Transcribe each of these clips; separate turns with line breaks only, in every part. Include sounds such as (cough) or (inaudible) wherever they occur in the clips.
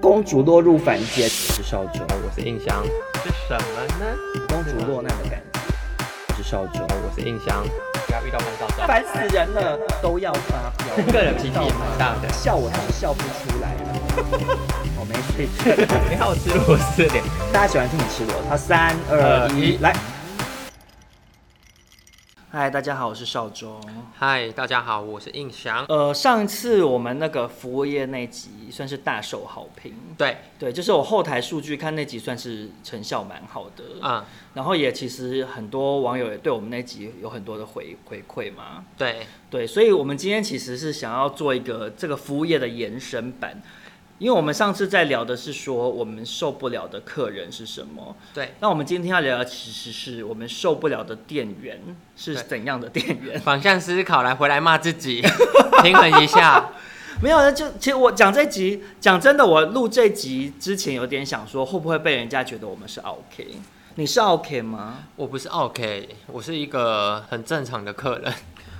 公主落入凡间，我是少主，
我是印象，是什么呢？
公主落难的感觉，我是少主，
我是印象，不要遇到潘少少，
烦死人了，都要发飙，
个人脾气也蛮大的。
笑我是笑不出来了。我没事，
你好，吃螺丝脸，
大家喜欢听你吃螺，好，三二
二
一
一，
来。嗨，大家好，我是少中。
嗨，大家好，我是印象。
呃，上次我们那个服务业那集算是大受好评，
对，
对，就是我后台数据看那集算是成效蛮好的，
嗯，
然后也其实很多网友也对我们那集有很多的回回馈嘛，
对，
对，所以我们今天其实是想要做一个这个服务业的延伸版，因为我们上次在聊的是说我们受不了的客人是什么，
对，
那我们今天要聊的其实是我们受不了的店员是
对
怎样的店员。 (laughs)
反向思考来回来骂自 (laughs) 己，平衡一下。
没有，就其实我讲这集，讲真的，我录这集之前有点想说，会不会被人家觉得我们是 OK？你是 OK 吗？
我不是 OK，我是一个很正常的客人。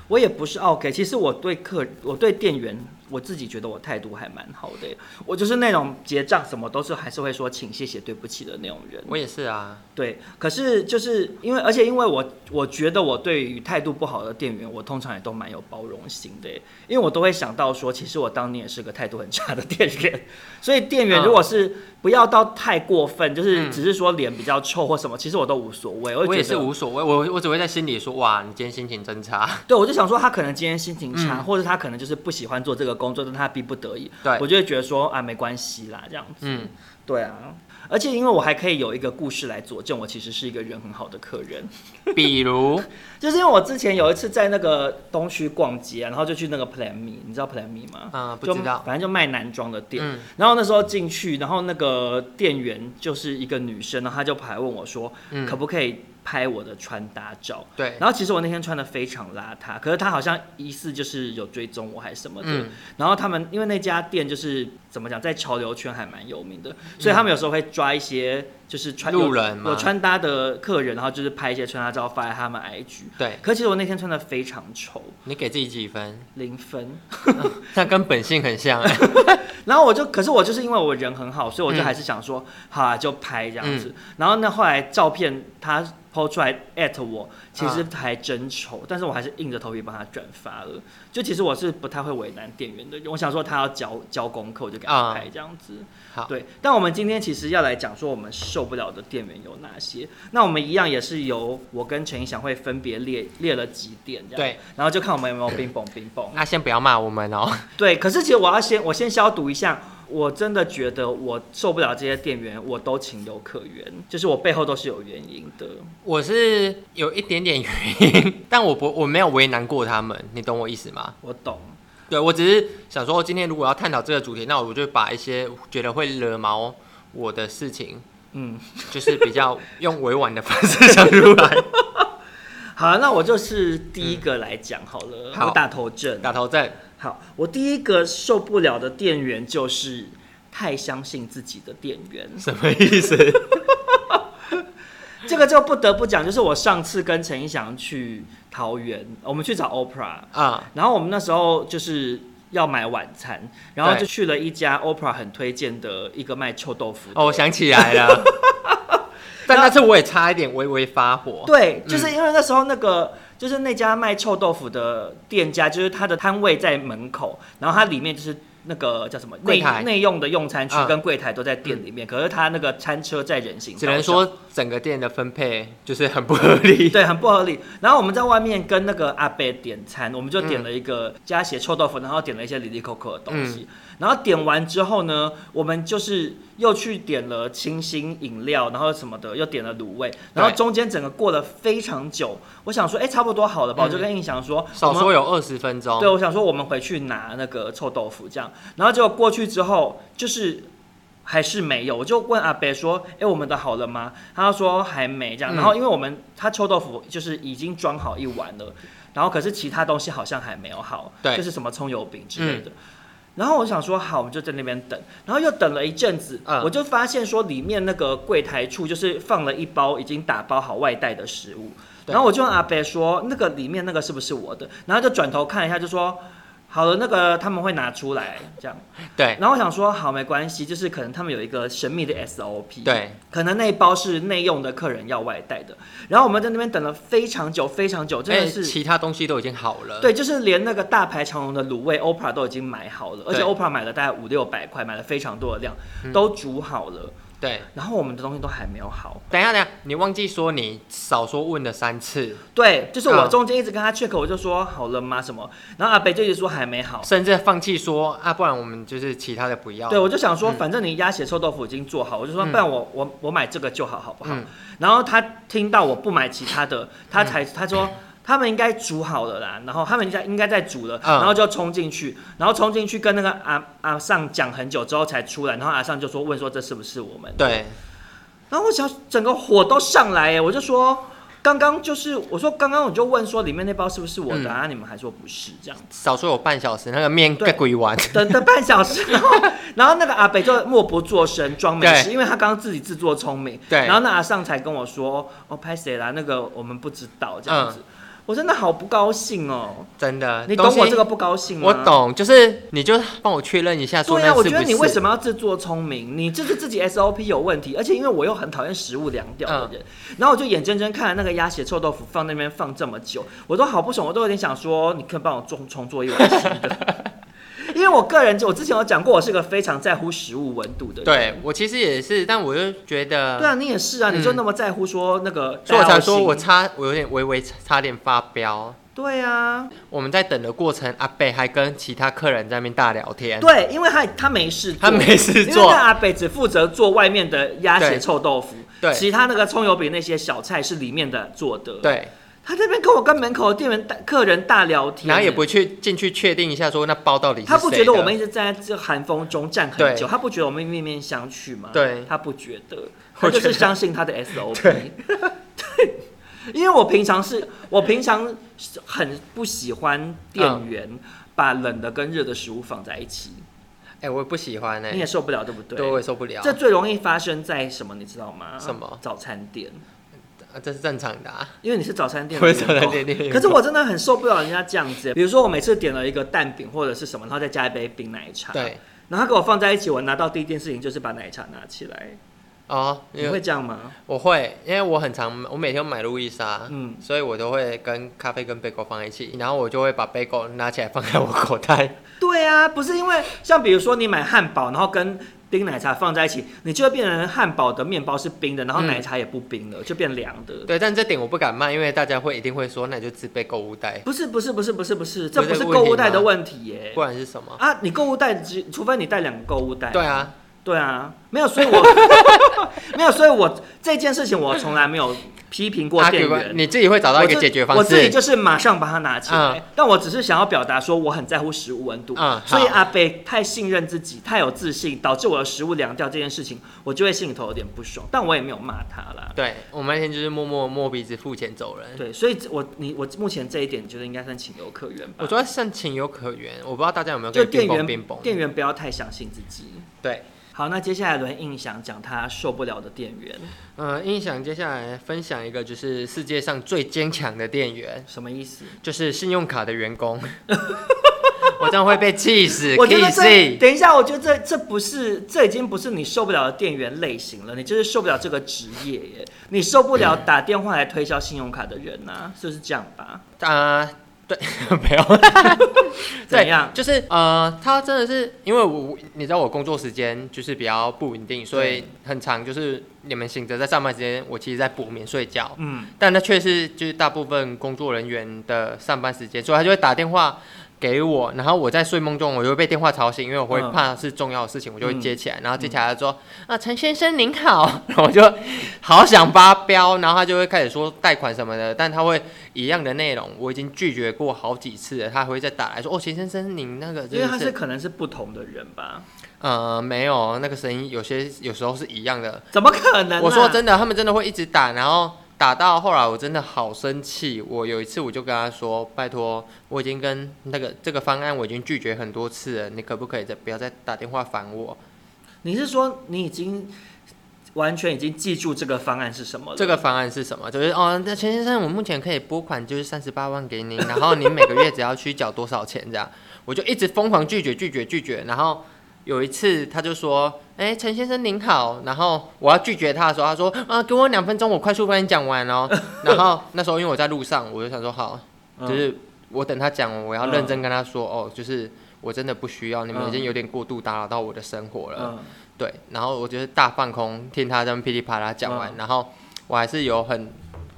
我也不是哦 OK。其实我对客，我对店员，我自己觉得我态度还蛮好的。我就是那种结账什么都是还是会说请、谢谢、对不起的那种人。
我也是啊，
对，可是就是因为，而且因为我我觉得我对于态度不好的店员，我通常也都蛮有包容心的耶，因为我都会想到说，其实我当年也是个态度很差的店员， (laughs) 所以店员
嗯
如果是不要到太过分，就是
嗯
只是说脸比较臭或什么，其实我都无所谓，我
我
就
也
觉
是
得
无所谓，我我只会在心里说，哇，你今天心情真 (laughs) 差。
对，我就想说他可能今天心情差，
嗯
或者他可能就是不喜欢做这个工作，但他逼不得已，
对
我就会觉得说啊没关系啦这样子，
嗯，
对啊。而且因为我还可以有一个故事来佐证，我其实是一个人很好的客人。
比如，
就是因为我之前有一次在那个东区逛街、啊，然后就去那个 Plan Me，你知道 Plan Me 吗？
嗯不
就
知道
反正就卖男装的店。
嗯
然后那时候进去，然后那个店员就是一个女生，然后她就跑来问我说，
嗯
可不可以拍我的穿搭照？
对，
然后其实我那天穿的非常邋遢，可是她好像疑似就是有追踪我还是什么的。
嗯
然后他们因为那家店就是怎么讲，在潮流圈还蛮有名的，所以他们有时候会抓一些就是穿
嗯路人吗
有有穿搭的客人，然后就是拍一些穿搭照发在他们 IG。
对，
可其实我那天穿的非常丑，
你给自己几分？
零分。
那跟本性很 (laughs) 像哎、
然后我就，可是我就是因为我人很好，所以我
嗯
就还是想说，好啊，就拍这样子。然后呢，后来照片他抛出来 at 我，其实还真
啊
丑，但是我还是硬着头皮帮他转发了。就其实我是不太会为难店员的，我想说他要交交功课，我就给他
啊
拍这样子。
好
对。但我们今天其实要来讲说我们受不了的店员有哪些。那我们一样也是由我跟陈怡翔会分别列列了几点这样，
对，
然后就看我们有没有冰崩冰崩。
那先不要骂我们哦。
对，可是其实我要先我先消毒一下，我真的觉得我受不了这些店员，我都情有可原，就是我背后都是有原因的。
我是有一点点原因， (laughs) 但我不我没有为难过他们，你懂我意思吗？
我懂，
对我只是想说，今天如果要探讨这个主题，那我就把一些觉得会惹毛我的事情，
嗯，
就是比较用委婉的方式讲出来。
(laughs) 好，那我就是第一个来讲好了，
好
我打头阵。
打头阵，
好，我第一个受不了的店员就是太相信自己的店员。
什么意思？
(laughs) 这个就不得不讲，就是我上次跟陈一翔去桃园，我们去找 OPRA，
啊、
然后我们那时候就是要买晚餐，然后
对
就去了一家 OPRA 很推荐的一个卖臭豆腐的。
哦，我想起
(laughs)
来了。但那次我也差一点微微发火。
对，就是因为那时候那个。就是那家卖臭豆腐的店家，就是他的摊位在门口，然后它里面就是那个叫什么
柜
内
台
内用的用餐区
嗯
跟柜台都在店里面，可是他那个餐车在人行道
只
上
能说整个店的分配就是很不合理。
对，很不合理。然后我们在外面跟那个阿伯点餐，我们就
嗯
点了一个加血臭豆腐，然后点了一些里里口口的东西。
嗯
然后点完之后呢，我们就是又去点了清新饮料，然后什么的，又点了卤味。然后
对
中间整个过了非常久，我想说，哎，差不多好了吧？我就跟印翔说，
嗯少
我们
说有二十分钟。
对，我想说我们回去拿那个臭豆腐这样，然后结果过去之后就是还是没有，我就问阿北说：“哎、我们的好了吗？”他说还没这样，
嗯
然后因为我们他臭豆腐就是已经装好一碗了，然后可是其他东西好像还没有好，
对嗯
就是什么葱油饼之类的。然后我想说好，我们就在那边等，然后又等了一阵子，
嗯
我就发现说里面那个柜台处就是放了一包已经打包好外带的食物，
对
然后我就问阿北说那个里面那个是不是我的，然后就转头看一下就说。好了，那个他们会拿出来这样，
对
然后我想说好没关系，就是可能他们有一个神秘的 SOP，
嗯对，
可能那一包是内用的，客人要外带的。然后我们在那边等了非常久，非常久，真
哎，
的是、
其他东西都已经好了，
对，就是连那个大排长龙的卤味，OPRA 都已经买好了，而且
对嗯
OPRA 买了大概五六百块，买了非常多的量，都煮好了。
对。
然后我们的东西都还没有好，
等一下，等一下，你忘记说你少说问了三次，
对，就是我
啊
中间一直跟他 check，我就说好了吗什么，然后阿北就一直说还没好，
甚至放弃说啊，不然我们就是其他的不要。
对，我就想
嗯
说，反正你鸭血臭豆腐已经做好，我就说，不然我我我买这个就好，好不好？
嗯
然后他听到我不买其他的，他才他说。他们应该煮好了啦，然后他们应该应该在煮了，
嗯
然后就冲进去，然后冲进去跟那个阿阿尚讲很久之后才出来，然后阿尚就说问说这是不是我们？
对
然后我想整个火都上来耶，我就说刚刚就是我说刚刚我就问说里面那包是不是我的啊？
嗯
你们还说不是这样。
少说有半小时，那个面
对
盖鬼完。
等等半小时，然后然后那个阿北就默不作声装没事，
对
因为他刚刚自己自作聪明。
对
然后那阿尚才跟我说：“哦，拍谁啦？那个我们不知道这样
嗯
子。我真的好不高兴哦，
真的，
你懂
东西
我这个不高兴吗？
我。懂，就是你就帮我确认一下，说
嗯对
那
呀、
是
我
不是？
觉得你为什么要自作聪明？你这是自己 SOP 有问题，而且因为我又很讨厌食物凉掉
嗯
的人，然后我就眼睁睁看着那个鸭血臭豆腐放那边放这么久，我都好不爽，我都有点想说，你可以帮我重重做一碗新的。 (laughs) 因为我个人，我之前有讲过，我是个非常在乎食物温度的人。
对我其实也是，但我就觉得，
对啊，你也是啊，你就
嗯
那么在乎说那个，
所以我才说我。差，我有点微微差点发飙。
对啊，
我们在等的过程，阿贝还跟其他客人在那边大聊天，
对，因为他他没事做，
他没事
因为
做
那阿北只负责做外面的鸭血
对
臭豆腐，
对
其他那个葱油饼那些小菜是里面的做的。，
对，
他这边跟我跟门口的店员大客人大聊天，
然后也不去进去确定一下说那包到底是
他不觉
谁
得
的
我们一直在这寒风中站很
对
久，他不觉得我们面面相觑吗？
对
他不觉得，他
我
就
觉
是
得
相信他的 SOP。
对
(laughs) 对因为我平常是我平常是很不喜欢
嗯
店员把冷的跟热的食物放在一起，
哎、我不喜欢哎、
你也受不了，对不对？
对，我也受不了，
这
这、
最容易发生在什么？你知道吗？
什么
早餐店？
这是正常
(laughs)
的、啊，
因为你是早餐店，
我是早餐店店员
可是我真的很受不了人家这样子。比如说，我每次点了一个蛋饼或者是什么，然后再加一杯冰奶茶，， (laughs)
对，
然后他给我放在一起，我拿到第一件事情就是把奶茶拿起来。
哦，因
你
为
会这样吗？
我会，因为我很常，我每天买路易莎，
嗯
所以我都会跟咖啡跟贝果放在一起，然后我就会把贝果拿起来放在我
(laughs)
口袋，
对啊，不是因为像比如说你买汉堡，然后跟冰奶茶放在一起，你就会变成汉堡的面包是冰的，然后
嗯
奶茶也不冰了，就变凉的。
对，但这点我不敢卖，因为大家会一定会说，那你就自备购物袋，
不是不是不是不是不是，这
不
不
是
是
这个问
购
题
物袋的
吗
问题耶、
不然是什么？
啊，你购物袋只，除非你带两个购物袋。
对啊，
对啊，没有，所以我 (laughs) 没有，所以我这件事情我从来没有批评过
阿
店
狗
员。
啊你自己会找到一
我
个
自
解决方
我自己
式。
就是马上把它拿起来，
嗯
但我只是想要表达说我很在乎食物温度，
嗯好
所以阿北太信任自己，太有自信，导致我的食物凉掉这件事情，我就会心里头有点不爽，但我也没有骂他啦。
对，我们那天就是默默摸鼻子付钱走人。
对，所以我你我目前这一点，你觉得应该算情有可原吧？
我觉得算情有可原，我不知道大家有没有
就
跟
店
冰崩
员
冰崩。
店员不要太相信自己。
对，
好，那接下来轮印象讲他受不了的店员，
嗯，音响接下来分享一个就是世界上最坚强的店员，
什么意思？
就是信用卡的员工。 (laughs) 我这样会被气死，
我觉得
气
这
死。
等一下，我觉得这这不是这已经不是你受不了的店员类型了，你就是受不了这个职业耶，你受不了打电话来推销信用卡的人呐、啊，就是这样吧？
啊、对， (laughs) 没有。
怎样？
就是呃，他真的是因为我，你知道我工作时间就是比较不稳定，所以很长就是你们醒着在上班时间，我其实在补眠睡觉，
嗯，
但那却是就是大部分工作人员的上班时间，所以他就会打电话给我，然后我在睡梦中我就会被电话吵醒，因为我会
嗯
怕是重要的事情，我就会接起来，然后接起来他说、啊陈先生您好，然后我就好想发飙，然后他就会开始说贷款什么的，但他会一样的内容，我已经拒绝过好几次了，他还会再打来说哦钱先生您那个
因
真
为
的
他是可能是不同的人吧？
呃没有那个声音有些有时候是一样的，
怎么可能、啊？
我说真的，他们真的会一直打，然后打到后来我真的好生气，我有一次我就跟他说，拜托，我已经跟那个这个方案我已经拒绝很多次了，你可不可以再不要再打电话烦我？
你是说你已经完全已经记住这个方案是什么了？
这个方案是什么？就是哦，那钱先生，我目前可以拨款就是三十八万给您，然后您每个月只要去缴多少钱这样，我就一直疯狂拒绝拒绝拒绝，然后有一次他就说，哎，陈先生您好，然后我要拒绝他的时候，他说啊，给我两分钟，我快速帮你讲完哦。然后那时候因为我在路上，我就想说好，
嗯
就是我等他讲完，我要
嗯
认真跟他说、哦，就是我真的不需要，你们已经
嗯
有点过度打扰到我的生活了。
嗯
对，然后我就是大放空，听他这样噼里啪啦讲完，
嗯
然后我还是有很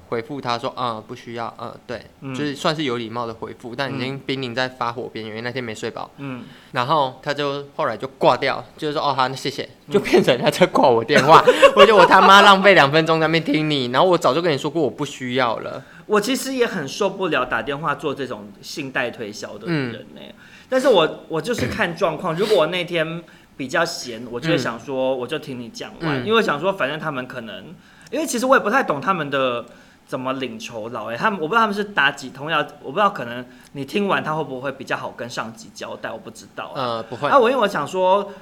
回复他说，嗯，不需要，嗯，对，
嗯
就是算是有礼貌的回复，但已经濒临在发火边缘，因为那天没睡饱。
嗯，
然后他就后来就挂掉，就是说，哦，好，那谢谢，
嗯
就变成他在挂我电话， (laughs) 我觉得我他妈浪费两分钟在那边听你，然后我早就跟你说过我不需要了，
我其实也很受不了打电话做这种信贷推销的
嗯
人呢、但是我我就是看状况，如果我那天比较闲，我就会
嗯
想说，我就听你讲完，
嗯
因为想说反正他们可能，因为其实我也不太懂他们的。怎么领酬劳？哎，他们我不知道他们是打几通药，我不知道可能你听完他会不会比较好跟上级交代，我不知道啊。
呃，不会
啊，，我因为我想说，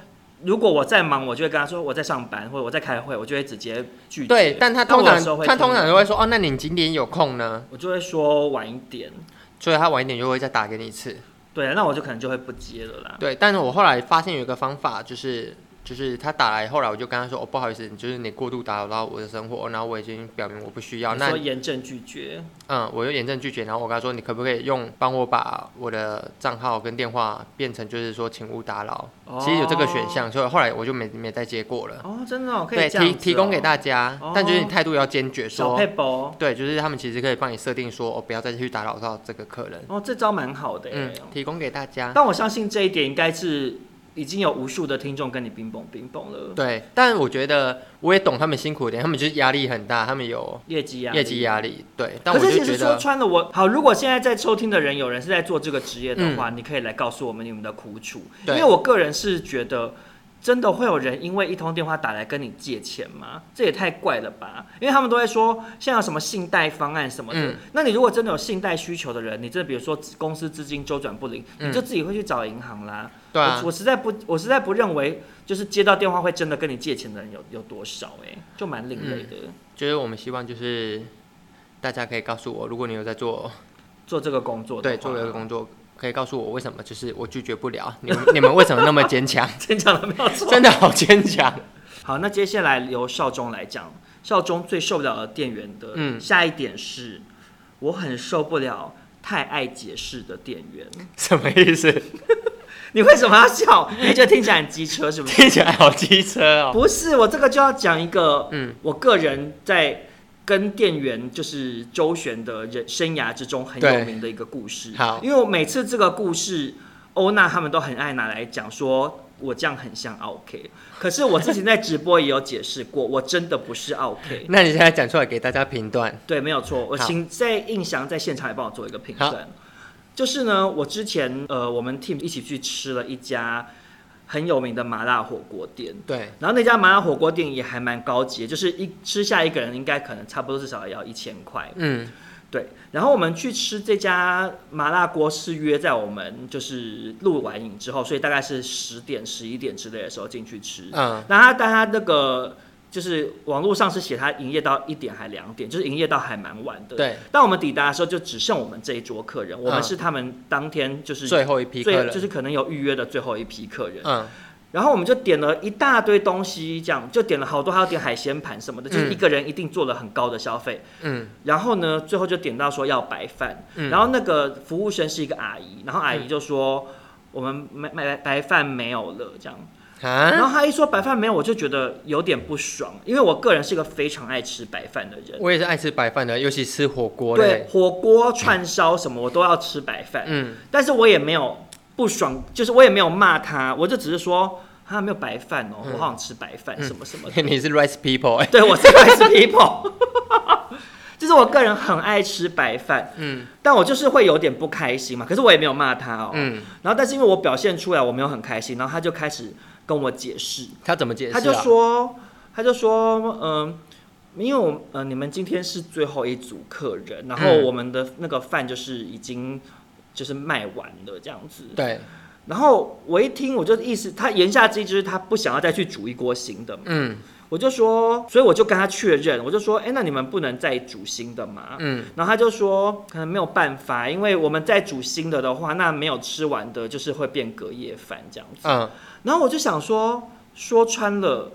如果我在忙，我就会跟他说我在上班，或者我在开会，我就会直接拒绝。
对，但他通
我有时候
常
会
他通常
听
都会说，哦，那你几点有空呢？
我就会说晚一点。
所以他晚一点就会再打给你一次。
对，啊那我就可能就会不接了啦。
对，但是我后来发现有一个方法，就是就是他打来，后来我就跟他说，哦，不好意思，就是你过度打扰到我的生活，哦然后我已经表明我不需要。
你
那
说严正拒绝，
嗯，我就严正拒绝，然后我跟他说，你可不可以用帮我把我的账号跟电话变成就是说请勿打扰，其实有这个选项，所以后来我就没没再接过了。
哦，真的、哦、可以
对，
这样
提
子哦、哦
提供给大家，但就是你态度要坚决
小
说
配。包
对，就是他们其实可以帮你设定说，哦，不要再去打扰到这个客人。
哦，这招蛮好的、
嗯
欸。，
提供给大家。
但我相信这一点应该是已经有无数的听众跟你冰崩冰崩了，
对，但我觉得我也懂他们辛苦一点，他们就是压力很大，他们有
业绩压力
业绩压力。对，但
可
我
是
就
其
觉
实说
得，
穿了我，好，如果现在在收听的人有人是在做这个职业的话，你可以来告诉我们你们的苦楚，因
嗯对
为我个人是觉得。真的会有人因为一通电话打来跟你借钱吗？这也太怪了吧！因为他们都会说现在有什么信贷方案什么的。
嗯
那你如果真的有信贷需求的人，你这比如说公司资金周转不灵，
嗯
你就自己会去找银行啦。
对啊
我，我实在不，我实在不认为就是接到电话会真的跟你借钱的人有有多少哎、就蛮另类的。
就是我们希望就是大家可以告诉我，如果你有在做
做这个工作的
对做
话
这个工作，可以告诉我为什么就是我拒绝不了你们，你们为什么那么坚强？
(laughs)
(laughs)
真讲的没有错。
真的好坚强。
好，那接下来由少中来讲，少中最受不了的店员的，
嗯
下一点是，我很受不了太爱解释的店 (laughs) 员。
什么意思？ (laughs)
你为什么要笑？你觉得听起来很机车是不是？
听起来好机车哦。
(laughs) 不是，我这个就要讲一个，
嗯
我个人在跟店员就是周旋的人生涯之中很有
对
名的一个故事。
好
因为我每次这个故事，欧娜他们都很爱拿来讲说。我这样很像 OK，可是我之前在直播也有解释过，我真的不是 OK。
那你现在讲出来给大家评断。
对，没有错。我
好
请在印翔在现场也帮我做一个评论。就是呢，我之前呃，我们 team 一起去吃了一家很有名的麻辣火锅店，
对，
然后那家麻辣火锅店也还蛮高级的，就是一吃下一个人应该可能差不多至少也要一千块。
嗯，
对，然后我们去吃这家麻辣锅是约在我们就是录完影之后，所以大概是十点、十一点之类的时候进去吃。
嗯，
那他但他那个就是网络上是写他营业到一点还两点，就是营业到还蛮晚的。。
对，
当我们抵达的时候，就只剩我们这一桌客人，我们
嗯
是他们当天就是
最后一批客
最就
人。
是可能有预约的最后一批客人。
嗯，
然后我们就点了一大堆东西，这样就点了好多，还要点海鲜盘什么的，就是
嗯
一个人一定做了很高的消费。
嗯，
然后呢，最后就点到说要白饭，
嗯
然后那个服务生是一个阿姨，然后阿姨就说、我们买买白饭没有了这样。然
啊，
后他一说白饭没有，我就觉得有点不爽，因为我个人是一个非常爱吃白饭的人，
我也是爱吃白饭的，尤其吃火锅
对
类。
火锅、串烧什么我都要吃白饭，
嗯，
但是我也没有不爽，就是我也没有骂他，我就只是说他没有白饭哦，我
嗯
好想吃白饭什么什么的，
(laughs) 你是 rice people 哎、
对我是 rice people，就是我个人很爱吃白饭，
嗯
但我就是会有点不开心嘛，可是我也没有骂他哦，
嗯，
然后但是因为我表现出来我没有很开心，然后他就开始跟我解释。
他怎么解释、啊？
他就说，他就说，嗯、因为我呃，你们今天是最后一组客人，然后
嗯
我们的那个饭就是已经就是卖完了这样子。
对，
然后我一听，我就意思，他言下之意就是他不想要再去煮一锅新的嘛。
嗯
我就说，所以我就跟他确认，我就说，哎、那你们不能再煮新的吗？
嗯，
然后他就说，可能没有办法，因为我们再煮新的的话，那没有吃完的，就是会变隔夜饭这样子。
嗯，
然后我就想说，说穿了，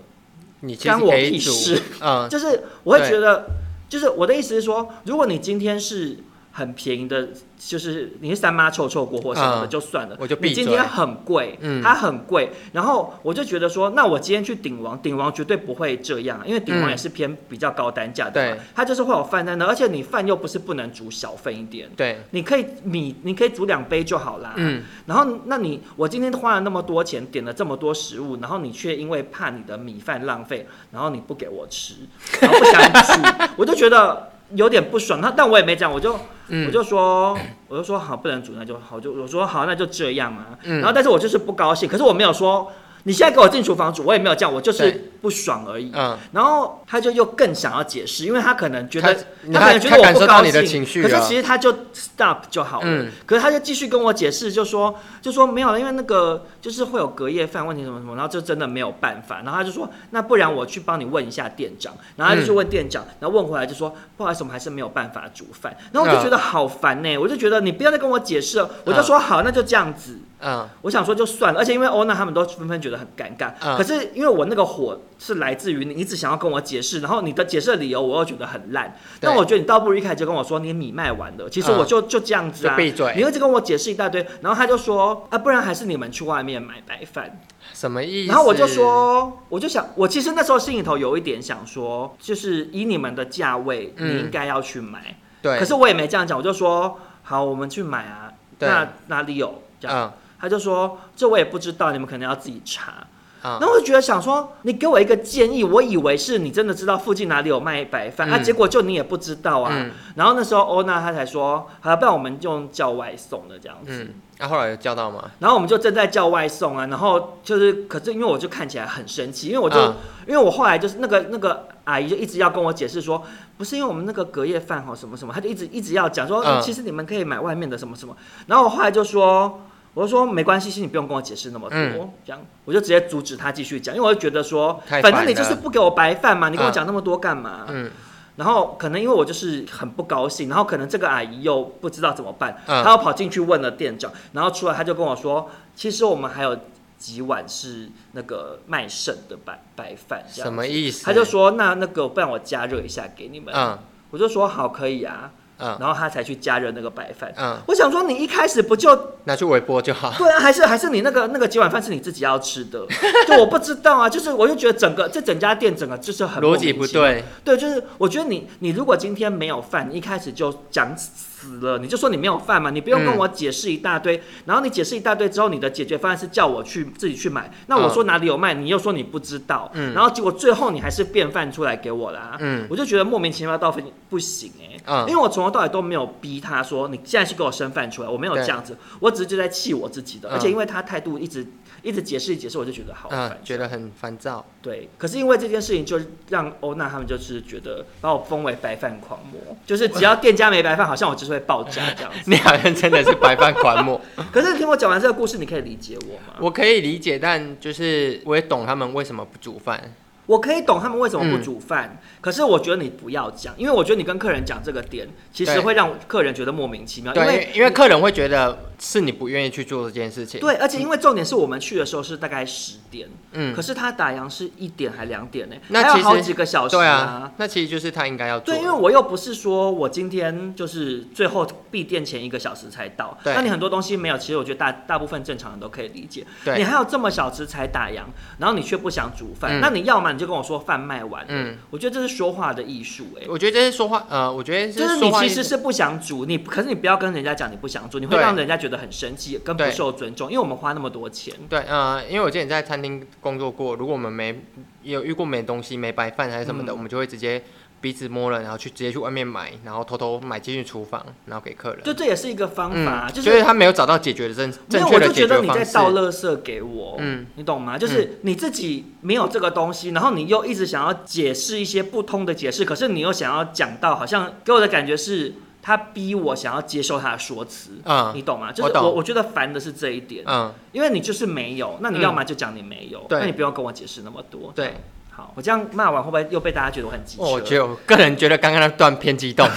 你其实
干我
可以
屁
煮，
事。
嗯
就是我会
对
觉得，就是我的意思是说，如果你今天是很便宜的，就是你是三妈臭臭锅或什么的
嗯
就算了，
我就闭
你今
嘴
天很贵，
嗯
它很贵，然后我就觉得说，那我今天去鼎王，鼎王绝对不会这样，因为鼎王
嗯
也是偏比较高单价的嘛
对，
它就是会有饭在那，而且你饭又不是不能煮小份一点。
对，
你可以米，你可以煮两杯就好啦。
嗯
然后，那你我今天花了那么多钱，点了这么多食物，然后你却因为怕你的米饭浪费，然后你不给我吃，然后不想煮，我就觉得有点不爽。那但我也没讲，我就我
嗯，
就说，我就说好，不能煮，那就好，我就我说好，那就这样嘛。
嗯
然后，但是我就是不高兴，可是我没有说你现在给我进厨房煮，我也没有这样，我就
对
是不爽而已。
嗯
然后他就又更想要解释，因为他可能觉得
他
他可能觉得我
他感
不
受
高
到
兴，
你的情绪
可是
了
其实他就 stop 就好了。
嗯
可是他就继续跟我解释，就说就说没有了，因为那个就是会有隔夜饭问题什么什么，然后就真的没有办法。然后他就说，那不然我去帮你问一下店长，然后他就去问店长，然后问回来就说不好意思，我们还是没有办法煮饭。然后我就觉得好烦呢、我就觉得你不要再跟我解释了，我就说好，那就这样子。
嗯
我想说就算了，而且因为欧娜他们都纷纷觉得很尴尬，
嗯
可是因为我那个火是来自于你一直想要跟我解释，然后你的解释的理由我又觉得很烂，
对
那我觉得你倒不如一开始就跟我说你米卖完了，其实我
嗯
就、就这样子啊，
就闭嘴
你又一直跟我解释一大堆，然后他就说啊，不然还是你们去外面买白饭，
什么意思？
然后我就，说，我就想，我其实那时候心里头有一点想说，就是以你们的价位，
嗯
你应该要去买，
对，
可是我也没这样讲，我就说好，我们去买啊，
对
那哪里有这样。
嗯
他就说这我也不知道，你们可能要自己查。
嗯
然后我就觉得想说，你给我一个建议，我以为是你真的知道附近哪里有卖白饭、啊，
嗯
结果就你也不知道啊。
嗯
然后那时候欧娜她才说，好了，不然我们用叫外送的这样子。
嗯，那后来有叫到吗？
然后我们就正在叫外送啊，然后就是，可是因为我就看起来很生气，因为我就、
嗯
因为我后来就是那个那个阿姨就一直要跟我解释说，不是因为我们那个隔夜饭哦哈什么什么，她就一直一直要讲说、
嗯
其实你们可以买外面的什么什么。然后我后来就说，我就说没关系，其实你不用跟我解释那么多，
嗯
这样我就直接阻止她继续讲，因为我就觉得说，
太
反
烦
正你
了
就是不给我白饭嘛，你跟我
嗯
讲那么多干嘛？
嗯
然后可能因为我就是很不高兴，然后可能这个阿姨又不知道怎么办，
嗯
她又跑进去问了店长，然后出来她就跟我说，其实我们还有几碗是那个卖剩的白白饭，这样
什么意思？
她就，说那那个不然我加热一下给你们，
嗯
我就说好可以啊，
嗯
然后她才去加热那个白饭。
嗯，
我想说，你一开始不就
拿去微波就
(laughs)
好。
对啊？还是还是你那个那个几碗饭是你自己要吃的？就我不知道啊，就是我就觉得整个这整家店整个就是很
逻辑
莫名
不
其妙
对，
对，就是我觉得你你如果今天没有饭，你一开始就讲死了，你就说你没有饭嘛，你不用跟
嗯
我解释一大堆。然后你解释一大堆之后，你的解决方案是叫我去自己去买，那我说哪里有卖，你又说你不知道，
嗯
然后结果最后你还是变饭出来给我啦，
嗯
我就觉得莫名其妙到不不行哎、
嗯
因为我从头到尾都没有逼他说你现在去给我生饭出来，我没有
对
这样子，我只是就在气我自己的，
嗯
而且因为他态度一直一直解释解释，我就觉得好烦、
嗯，觉得很烦躁。 (laughs)
对，可是因为这件事情，就让欧娜他们就是觉得把我封为白饭狂魔，就是只要店家没白饭，好像我就是会爆炸这样子。
你好像真的是白饭狂魔，
可是听我讲完这个故事，你可以理解我吗？
我可以理解，但就是我也懂他们为什么不煮饭。
我可以懂他们为什么不煮饭，可是我觉得你不要讲，因为我觉得你跟客人讲这个点，其实
对
会让客人觉得莫名其妙，因
对，因
为
为因为客人会觉得是你不愿意去做这件事情。，
对，而且因为重点是我们去的时候是大概十点，
嗯
可，是他打烊是一点还两点呢、
那
还
其
有
实
好几个小时
对啊，那其实就是他应该要做
对，
的。
因为我又不是说我今天就是最后闭店前一个小时才到，
对
那你很多东西没有，其实我觉得大大部分正常人都可以理解。
对
你还有这么小时才打烊，然后你却不想煮饭，
嗯
那你要么你就跟我说饭卖完了，
嗯
我觉得这是说话的艺术、哎。
我觉得这是说话，呃，我觉得
就是是
说
你
话
其
一
实
种
是不想煮，你可是你不要跟人家讲你不想煮，你会
对
让人家觉得很生气，跟不
对
受尊重，因为我们花那么多钱。
对，呃，因为我之前在餐厅工作过，如果我们没有遇过没东西、没白饭还是什么的，
嗯
我们就会直接彼此摸了，然后去直接去外面买，然后偷偷买进去厨房，然后给客人。
就这也是一个方法，啊
嗯，
就
所以
是
他没有找到解决的正
没
正
有，
确
我
的
就觉
解
得
决
你
方
在
式。
倒垃圾给我，
嗯
你懂吗？就是你自己没有这个东西，然后你又一直想要解释一些不通的解释，可是你又想要讲到，好像给我的感觉是他逼我想要接受他的说辞，
嗯
你懂吗？就是
我懂
我我觉得烦的是这一点，
嗯，
因为你就是没有，那你
嗯
要么就讲你没有，
对
那你不用跟我解释那么多。
对，哦
好，我这样骂完会不会又被大家觉得我很机车？
我觉得我个人觉得刚刚那段偏
(laughs)
激动，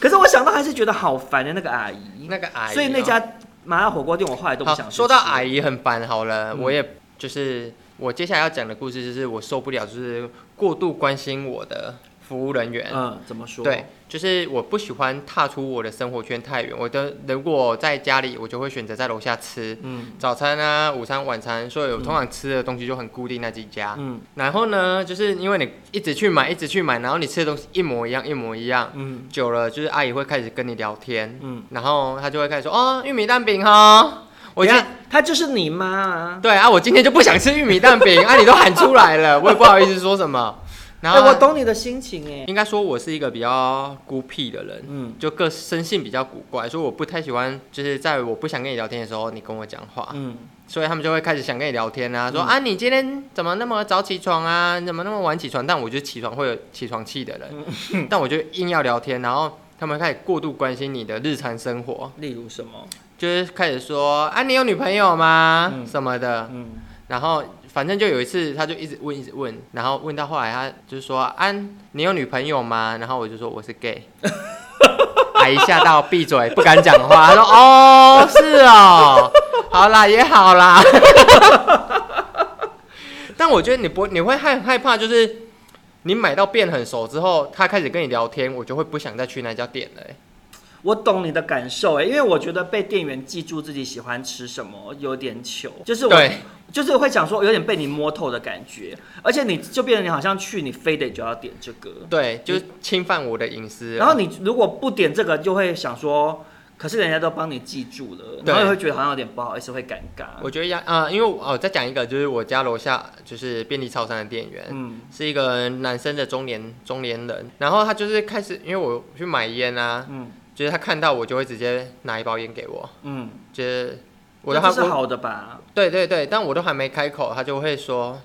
可是我想到还是觉得好烦的那个阿姨，
那个阿姨哦，
所以那家麻辣火锅店我后来都不
好
想去吃。
说到阿姨很烦，好了，
嗯
我也就是我接下来要讲的故事，就是我受不了，就是过度关心我的服务人员。
嗯，怎么说？
对，，就是我不喜欢踏出我的生活圈太远。我的如果在家里，我就会选择在楼下吃
嗯
早餐啊、午餐、晚餐，所以我通常吃的东西就很固定那几家。
嗯
然后呢，就是因为你一直去买，一直去买，然后你吃的东西一模一样，一模一样，
嗯
久了就是阿姨会开始跟你聊天，
嗯，
然后她就会开始说：“哦，玉米蛋饼哈。”我
我
今
看她就是你妈啊。
对啊，我今天就不想吃玉米蛋饼 (laughs) 啊，你都喊出来了，我也不好意思说什么。然
哎、
后、
我，懂你的心情哎。
应该说我是一个比较孤僻的人，
嗯
就个生性比较古怪，所以我不太喜欢，就是在我不想跟你聊天的时候，你跟我讲话，
嗯，
所以他们就会开始想跟你聊天啊，说、
嗯
啊你今天怎么那么早起床啊，你怎么那么晚起床？但我就起床会有起床气的人，
嗯
但我就硬要聊天，然后他们开始过度关心你的日常生活，
例如什么？
就是开始说啊你有女朋友吗、
嗯
什么的，
嗯
然后反正就有一次，他就一直问，一直问，然后问到后来，他就说：“安、你有女朋友吗？”然后我就说我是 gay。阿姨吓到闭嘴，不敢讲话。她说：“哦，是哦，好啦，也好啦。”但我觉得你不，你会害害怕，就是你买到变很熟之后，他开始跟你聊天，我就会不想再去那家店了、欸
我懂你的感受哎，因为我觉得被店员记住自己喜欢吃什么有点糗，就是我
对，
就是会想说有点被你摸透的感觉，而且你就变成你好像去你非得就要点这个，
对，就是侵犯我的隐私了。
然后你如果不点这个就会想说，可是人家都帮你记住了，
对
然后也会觉得好像有点不好意思，会尴尬。
我觉得呀，啊、因为我哦，再讲一个，就是我家楼下就是便利超商的店员，
嗯
是一个男生的中年中年人，然后他就是开始，因为我去买烟啊，
嗯
就是他看到我就会直接拿一包烟给我，
嗯，
就是我
这
都还
就是
我
好的吧？
对对对，但我都还没开口，他就会说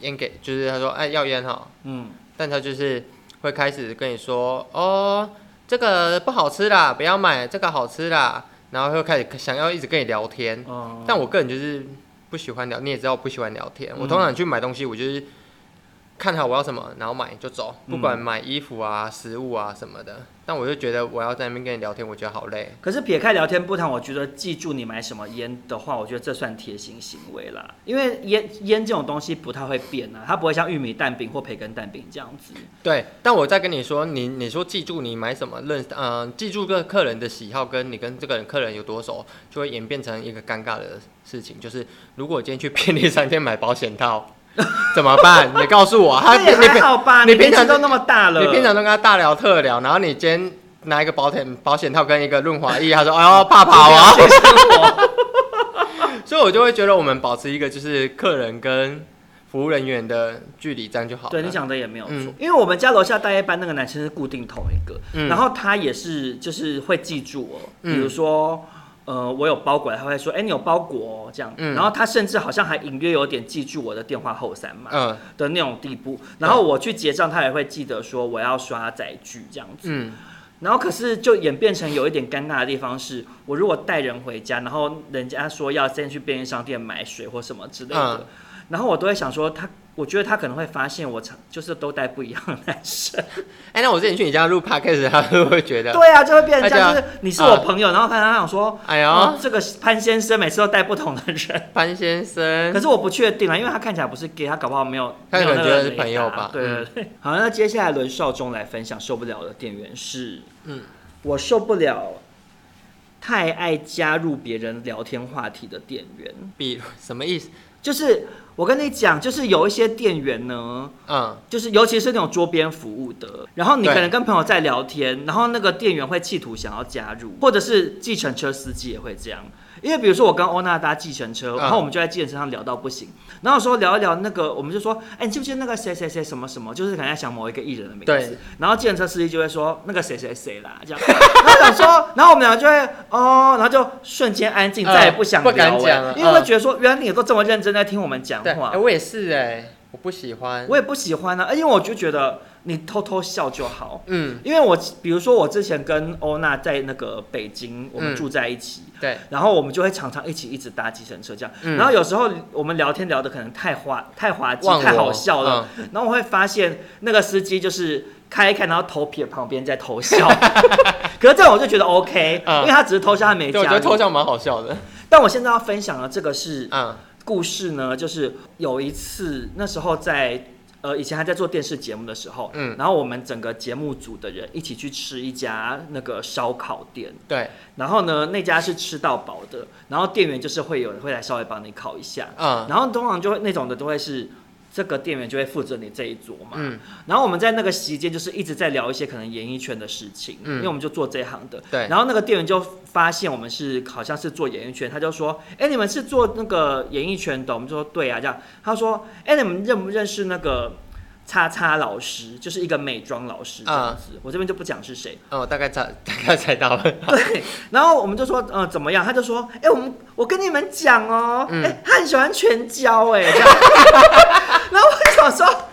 烟给，就是他说哎要烟哈，
嗯，
但他就是会开始跟你说哦这个不好吃啦，不要买，这个好吃啦，然后又开始想要一直跟你聊天，
哦、
但我个人就是不喜欢聊，你也知道我不喜欢聊天。
嗯
我通常去买东西，我就是看好我要什么，然后买就走，
嗯
不管买衣服啊、食物啊什么的。但我就觉得我要在那边跟你聊天，我觉得好累。
可是撇开聊天不谈，我觉得记住你买什么烟的话，我觉得这算贴心行为啦。因为烟烟这种东西不太会变啊，它不会像玉米蛋饼或培根蛋饼这样
(laughs)
子。
对，但我再跟你说，你你说记住你买什么，认嗯、记住个客人的喜好，跟你跟这个人客人有多熟，就会演变成一个尴尬的事情。就是如果我今天去便利商店买保险套， (laughs) 怎么办？你告诉我，他
这也
你
还好吧，
你
你年
平常
纪都那么大了，
你平常都跟他大聊特聊，然后你今天拿一个保险保险套跟一个润滑液，他说：“哎呦，怕跑 (laughs) 啊
你不要提醒我！”
所以我就会觉得我们保持一个就是客人跟服务人员的距离，这样就好了。
(laughs) 对你讲的也没有错，
嗯
因为我们家楼下大夜班那个男生是固定同一个，
嗯
然后他也是就是会记住我，
嗯
比如说。呃，我有包裹，他会说，哎、你有包裹、哦、这样，
嗯
然后他甚至好像还隐约有点记住我的电话后三码，
嗯
的那种地步。然后我去结账，他也会记得说我要刷载具这样子。
嗯，
然后可是就演变成有一点尴尬的地方是，我如果带人回家，然后人家说要先去便利商店买水或什么之类的，
嗯
然后我都会想说他。我觉得他可能会发现我常就是都带不一样的男生，
哎、那我之前去你家录 podcast，他会不会觉得，
对啊，就会变成这
而
样，就
且
是你是我朋友，然后看他想说，
哎呦，
哦，这个潘先生每次都带不同的人，
潘先生，
可是我不确定啊，因为他看起来不是 gay，他搞不好没有，
他可能
没有那
觉
个
得是
雷
朋友
达
吧嗯
对对对。好，那接下来轮少中来分享受不了的店员是，嗯，我受不了太爱加入别人聊天话题的店员，
比如什么意思？
就是我跟你讲，就是有一些店员呢，
嗯，
就是尤其是那种桌边服务的，然后你
对
可能跟朋友在聊天，然后那个店员会企图想要加入，或者是计程车司机也会这样。因为比如说我跟欧娜搭计程车，
嗯
然后我们就在计程车上聊到不行，然后说聊一聊那个，我们就说，哎，你记不记得那个谁谁谁什么什么，就是可能在想某一个艺人的名
对
字，然后计程车司机就会说那个谁谁谁啦，
(laughs)
这样，然后想说，然后我们两个就会哦，然后就瞬间安静，
嗯
再也不想
不敢
聊哎
讲了
因为会
嗯
觉得说，原来你都这么认真在听我们讲
对，
话
哎，我也是哎，我不喜欢，
我也不喜欢啊，因为我就觉得你偷偷笑就好。
嗯，
因为我比如说我之前跟欧娜在那个北京，我们
嗯
住在一起，
对，
然后我们就会常常一起一直搭计程车这样。
嗯
然后有时候我们聊天聊的可能太滑太滑稽
忘我嗯
太好笑了，然后我会发现那个司机就是开一开，然后头撇旁边在偷
(laughs)
笑。可是这样我就觉得 OK，、
嗯
因为他只是偷笑，他没
对，我觉
加
得偷
入。
笑蛮好笑的，
但我现在要分享的这个是
嗯
故事呢，就是有一次那时候在呃以前还在做电视节目的时候，
嗯
然后我们整个节目组的人一起去吃一家那个烧烤店，
对，
然后呢那家是吃到饱的，然后店员就是会有人会来稍微帮你烤一下，
嗯
然后通常就会那种的都会是。这个店员就会负责你这一桌嘛，
嗯，
然后我们在那个期间就是一直在聊一些可能演艺圈的事情，
嗯
因为我们就做这一行的，
对，
然后那个店员就发现我们是好像是做演艺圈，他就说：“哎、你们是做那个演艺圈的？”我们就说：“对啊。”这样，他说：“哎、你们认不认识那个叉叉老师？就是一个美妆老师这样
嗯
子。我这边就不讲是谁。
哦，大概猜， (laughs) 大概猜到了，
(laughs) 对，然后我们就说：“呃，怎么样？”他就说：“哎、我们我跟你们讲哦、哎、
嗯
他很喜欢拳交哎、
(laughs)
这样然后我就想说。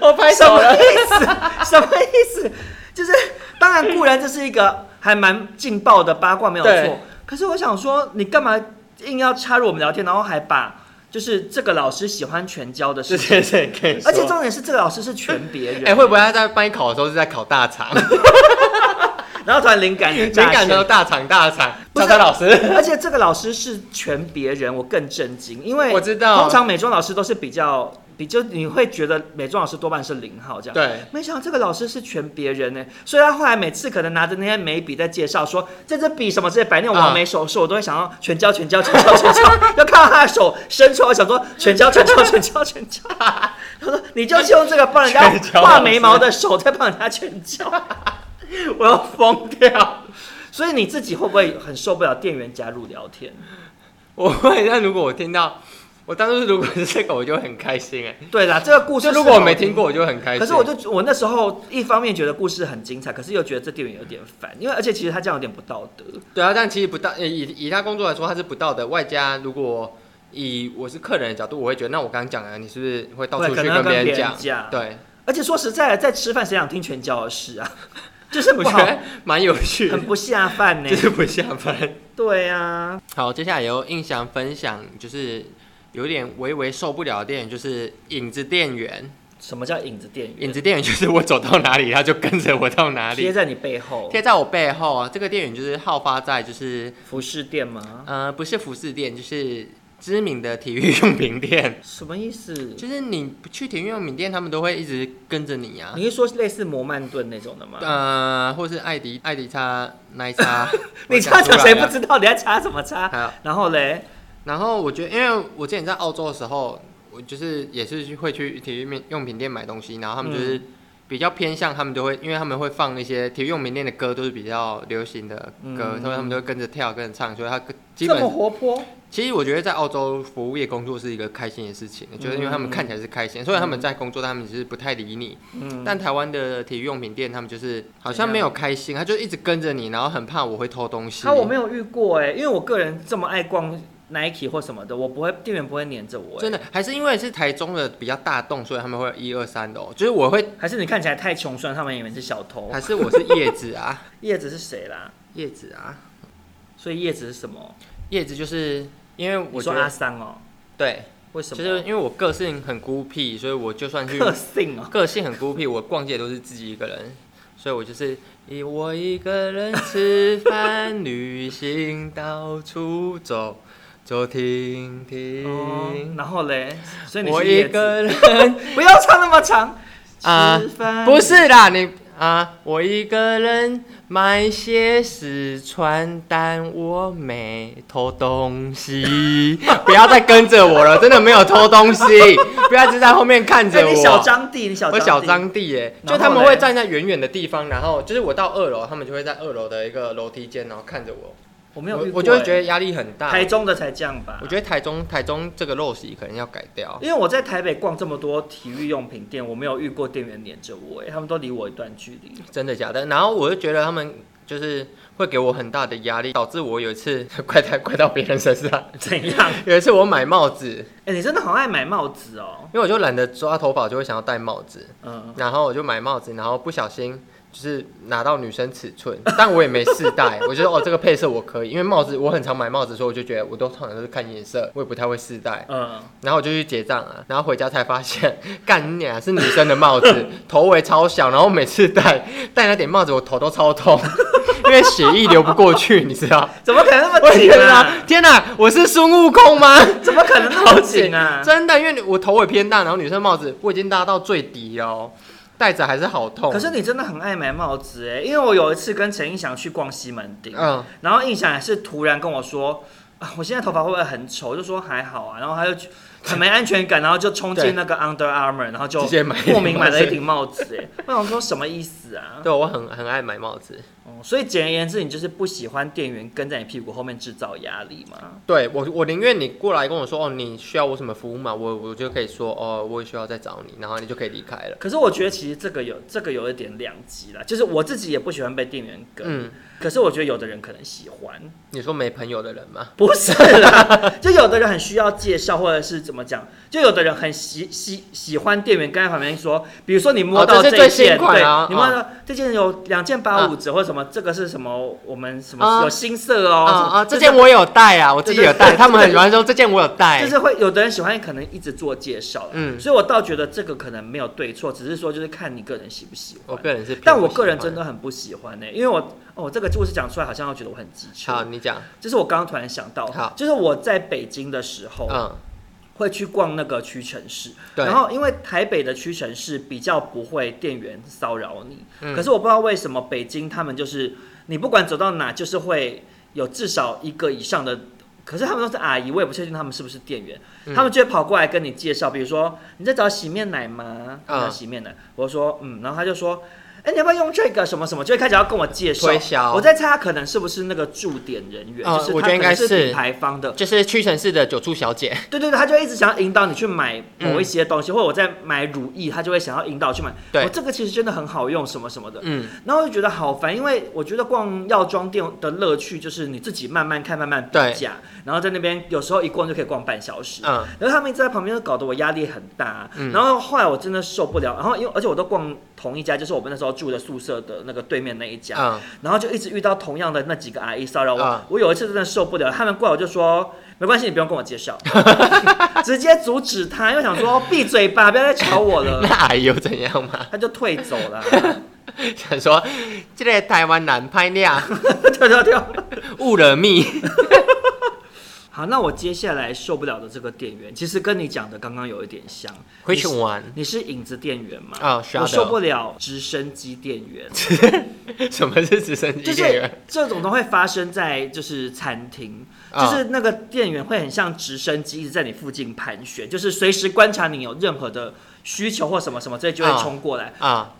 我拍
什
手
么
(laughs) 了，
意思？什么意思？就是当然固然这是一个还蛮劲爆的八卦没有
对
错，可是我想说，你干嘛硬要插入我们聊天，然后还把就是这个老师喜欢全教的事
是
情，
谁谁可以说？
而且重点是这个老师是全别人，
(laughs) 哎、会不会他在帮你考的时候是在考大肠？
(laughs) 然后突然灵感
灵
乍
感
现
都大肠大肠，
不
叉
是
叉老师， (laughs)
(laughs) 而且这个老师是全别人，我更震惊，因为
我知道
通常美妆老师都是比较比较，你会觉得美妆老师多半是零号这样。
对，
没想到这个老师是全别人呢，所以他后来每次可能拿着那些眉笔在介绍说这支笔什么之类，摆那种
啊
完美手势，我都会想要全交全交全交全交， (laughs) 要看到他的手伸出来，我想说全交全交全交 (laughs) 全交。他说 (laughs) 你就是用这个帮人
全
家
交
画眉毛的手在帮人家全 (laughs) 交，
我要疯掉。
所以你自己会不会很受不了店员加入聊天？
我会，但如果我听到，我当初如果是这个，我就会很开心哎、
对啦，这个故
我
事
就是如果我
好
没听过，我就会很开
哦
心。
可是我就我那时候一方面觉得故事很精彩，可是又觉得这店员有点烦，因为而且其实他这样有点不道德。
对啊，但其实不道，以以他工作来说，他是不道德。外加如果以我是客人的角度，我会觉得，那我刚刚讲的，你是不是会到处
对
去
可能要
别
跟别人
讲？
讲
对，
而且说实在的，在吃饭谁想听全教的事啊？ (laughs) 就是不
我 (laughs) 觉
好，
得蛮有趣的
很，欸不下饭呢、
(laughs) 就是不下班。
对啊，
好，接下来由印象分享，就是有点微微受不了的电影，就是影子店员。
什么叫影子店员？
影子店员就是我走到哪里，他就跟着我到哪
贴
里，
在你背后，
贴在我背后啊。这个店员就是好发在就是
服饰店吗？
呃，不是服饰店，就是知名的体育用品店。
什么意思？
就是你去体育用品店，他们都会一直跟着你啊。
你是说类似摩曼顿那种的吗？，
呃，或是艾迪、艾迪叉、奶叉
(laughs) 你这样讲
我
谁
出来啊
不知
了
道？你在查什么查？
好，
然后嘞，
然后我觉得，因为我之前在澳洲的时候，我就是也是去会去体育面用品店买东西，然后他们
嗯
就是比较偏向，他们都会，因为他们会放一些体育用品店的歌，都是比较流行的歌，
嗯
所以他们都会跟着跳、跟着唱，所以他跟基
这么
本
活泼，
其实我觉得在澳洲服务业工作是一个开心的事情，就是因为他们看起来是开心，虽然他们在工作，但他们只是不太理你。
嗯，
但台湾的体育用品店，他们就是好像没有开心，他就一直跟着你，然后很怕我会偷东西。
啊，我没有遇过哎、因为我个人这么爱逛 Nike 或什么的，我不会店员不会黏着我、欸，
真
的。
的，还是因为是台中的比较大栋，所以他们会有一二三楼。就是我会，
还是你看起来太穷酸，他们以为你是小偷
还。是我是叶子啊， (laughs)
叶子是谁啦？
叶子啊，
所以叶子是什么？
叶子就是因为
我
我
说
觉
阿
得
桑哦、
对，
为什
就
么？
是因为我个性很孤僻，所以我
(laughs)
就算去
个性哦、
个性很孤僻，我逛街都是自己一个人，所以我就是以我一个人吃饭、旅行，到处走走停停。
哦，然后嘞，所以你
嗯我
是
一
叶子，
个人
(laughs) 不要唱那么长。
啊
吃饭
不是啦，你啊，我一个人买些死穿，但我没偷东西。 (laughs) 不要再跟着我了，真的没有偷东西，不要一直在后面看
哎
着我。
你小张弟，你小
我
弟
小张弟耶，
然后
就他们
嘞
会站在远远的地方，然后就是我到二楼，他们就会在二楼的一个楼梯间，然后看着我。
我没有遇过、
我
哎
我就会觉
得
得压力很大。
台中的才这样吧。
我觉得台中台中这个陋习可能要改掉。
因为我在台北逛这么多体育用品店，我没有遇过店员黏着我、哎，他们都离我一段距离。
真的假的？然后我就觉得他们就是会给我很大的压力，导致我有一次 (laughs) 怪他怪到别人身上。 (laughs)
怎样？
有一次我买帽子，
哎、你真的好爱买帽子哦。
因为我就懒得抓头发，我就会想要戴帽子，
嗯，
然后我就买帽子，然后不小心就是拿到女生尺寸， (laughs) 但我也没试戴， (laughs) 我觉得哦这个配色我可以，因为帽子我很常买帽子，所以我就觉得我都通常都是看颜色，我也不太会试戴。
嗯，
然后我就去结账啊，然后回家才发现， (laughs) 干你啊，是女生的帽子， (laughs) 头围超小，然后每次戴戴那顶帽子，我头都超痛， (laughs) 因为血液流不过去，你知 (laughs) 道？
怎么可能那
我
么紧
天哪
啊？，
天哪，我是孙悟空 (laughs) 吗？
怎么可能那么紧啊？
(laughs) 真的，因为我头围偏大，然后女生帽子我已经拉到最低哦，戴着还是好痛。
可是你真的很爱买帽子哎、因为我有一次跟陈映祥去逛西门町，
嗯，
然后印象也是突然跟我说，啊，我现在头发会不会很丑？我就说还好啊，然后他就去很没安全感，然后就冲进
(laughs)
那个 Under Armour，然后就
直接买一顶
莫名买了
帽
一
子
顶帽子、哎， (laughs) 我想说什么意思啊？
对我很很爱买帽子，
哦所以简而言之，你就是不喜欢店员跟在你屁股后面制造压力嘛？
对我我宁愿你过来跟我说哦，你需要我什么服务嘛，我我就可以说哦，我也需要再找你，然后你就可以离开了。
可是我觉得其实这个有这个有一点两极啦，就是我自己也不喜欢被店员跟，
嗯，
可是我觉得有的人可能喜欢，
你说没朋友的人吗？
不是啦， (laughs) 就有的人很需要介绍，或者是怎么讲，就有的人很喜喜喜欢店员跟在旁边说，比如说你摸
哦
到
这是
一
最新
件，
款啊
对，你摸
哦
到、这件有两件八五折或者什么，这个是什么？我们什么、
啊
有新色哦
啊
什么
啊，
就
这
是
件我有戴啊，我自己有
对对
戴，
对
他们很喜欢说这件我有戴，
就是会有的人喜欢，可能一直做介绍，
嗯
嗯，所以我倒觉得这个可能没有对错，只是说就是看你个人喜不喜
我
欢。
个人是偏不喜欢，
但我个人真的很不喜欢呢、因为我哦，这个故事讲出来好像要觉得我很机车
好，，你讲，
就是我刚刚突然想到
好，
就是我在北京的时候，
嗯，
会去逛那个屈臣氏，
对
然后因为台北的屈臣氏比较不会店员骚扰你，
嗯
可是我不知道为什么北京他们就是你不管走到哪就是会有至少一个以上的，可是他们都是阿姨，我也不确定他们是不是店员，
嗯
他们就会跑过来跟你介绍，比如说你在找洗面奶吗？
嗯
找洗面奶，我说嗯，然后他就说。哎、你要不要用这个什么什么？就会开始要跟我介绍
推销。
我在猜他可能是不是那个驻点人员，
嗯
就是
我
他
觉得应
可能
该
是
是
品牌方的，
就是屈臣氏的九处小姐，
对对对，他就一直想要引导你去买某一些东西，或者我在买乳液，他就会想要引导去买。
对
我这个其实真的很好用，什么什么的。
嗯，
然后我就觉得好烦，因为我觉得逛药妆店的乐趣就是你自己慢慢看、慢慢比
对
价，然后在那边有时候一逛就可以逛半小时。
嗯
然后他们一直在旁边，搞得我压力很大。然后后来我真的受不了，然后因为而且我都逛同一家，就是我们那时候住的宿舍的那个对面那一家。
嗯，
然后就一直遇到同样的那几个阿姨骚扰我。
啊
我有一次真的受不了，他们过来我就说没关系，你不用跟我介
(laughs)
绍，直接阻止他，因为想说闭嘴吧，不要再吵我
(laughs) 那 (laughs)
了。
阿姨有怎样吗？ (laughs)
他就退走了， (laughs)
想说这个台湾男拍俩
跳跳跳。
啊 (laughs) 误了密，
好，那我接下来受不了的这个店员，其实跟你讲的刚刚有一点像。
(laughs) 回去玩
你是影子店员吗？
啊是啊
我
的
受不了直升机店员，
(laughs) 什么是直升
就
机店
是
(laughs) 员？
这种都会发生在就是餐厅，
啊
就是那个店员会很像直升机一直在你附近盘旋，就是随时观察你有任何的需求或什么什么，这就
啊
会冲过来。
啊，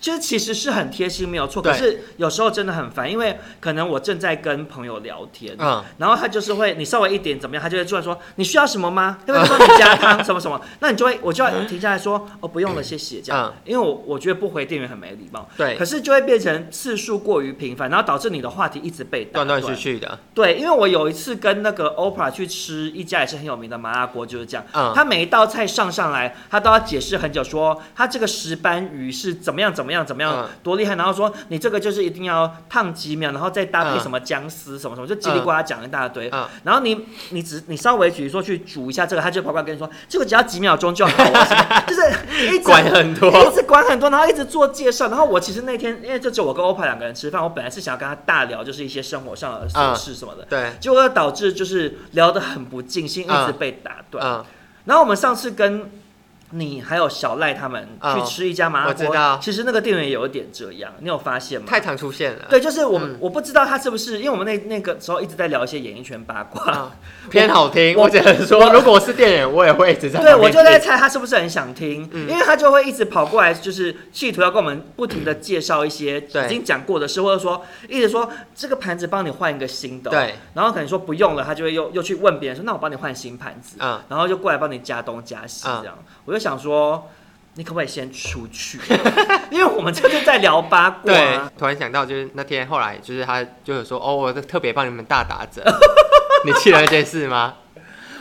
这其实是很贴心，没有错。
对
可是有时候真的很烦，因为可能我正在跟朋友聊天，
嗯
然后他就是会你稍微一点怎么样，他就会突然说你需要什么吗？他会说你加汤什么什
(laughs)
么，那你就会我就
嗯
要停下来说哦不用了，谢谢这样，因为我我觉得不回店员很没礼貌。
对
可是就会变成次数过于频繁，然后导致你的话题一直被打
断断续
断
续的，
对，因为我有一次跟那个 OPRA 去吃一家也是很有名的麻辣锅，就是这样。
嗯
他每一道菜上上来，他都要解释很久说，他这个石斑鱼是怎么样怎么样怎么样、
嗯
多厉害，然后说你这个就是一定要烫几秒，然后再搭配
嗯
什么姜丝什么什么，就叽里呱啦讲一大堆。
嗯
然后你你只你稍微比如说去煮一下这个，他就跑过来跟你说，这个只要几秒钟就好了，什
(laughs)
么就是一直
管很多
一直管很多，然后一直做介绍。然后我其实那天因为就只有我跟 OPRA 两个人吃饭，我本来是想要跟他大聊就是一些生活上的琐事什么的，
对，
结果导致就是聊得很不尽兴，一直被打断。
嗯
然后我们上次跟你还有小赖他们
嗯
去吃一家麻辣
我知道
锅，其实那个店员有一点这样，你有发现吗？
太常出现了，
对，就是我、
嗯
我不知道他是不是，因为我们那那个时候一直在聊一些演艺圈八卦，
啊，偏好听。我只能说，如果我是店员，我也会一直在
对
旁
我
边
就在
听
猜他是不是很想听，
嗯
因为他就会一直跑过来，就是企图要跟我们不停的介绍一些
对
已经讲过的事，或者说一直说这个盘子帮你换一个新的哦、
对，
然后可能说不用了，他就会又又去问别人说，那我帮你换新盘子，
嗯，
然后就过来帮你加东加西
嗯
这样。我就想说，你可不可以先出去？ (laughs) 因为我们这就在聊八卦
对
啊。，
突然想到，就是那天后来，就是他就是说，哦，我特别帮你们大打折， (laughs) 你记得那件事吗？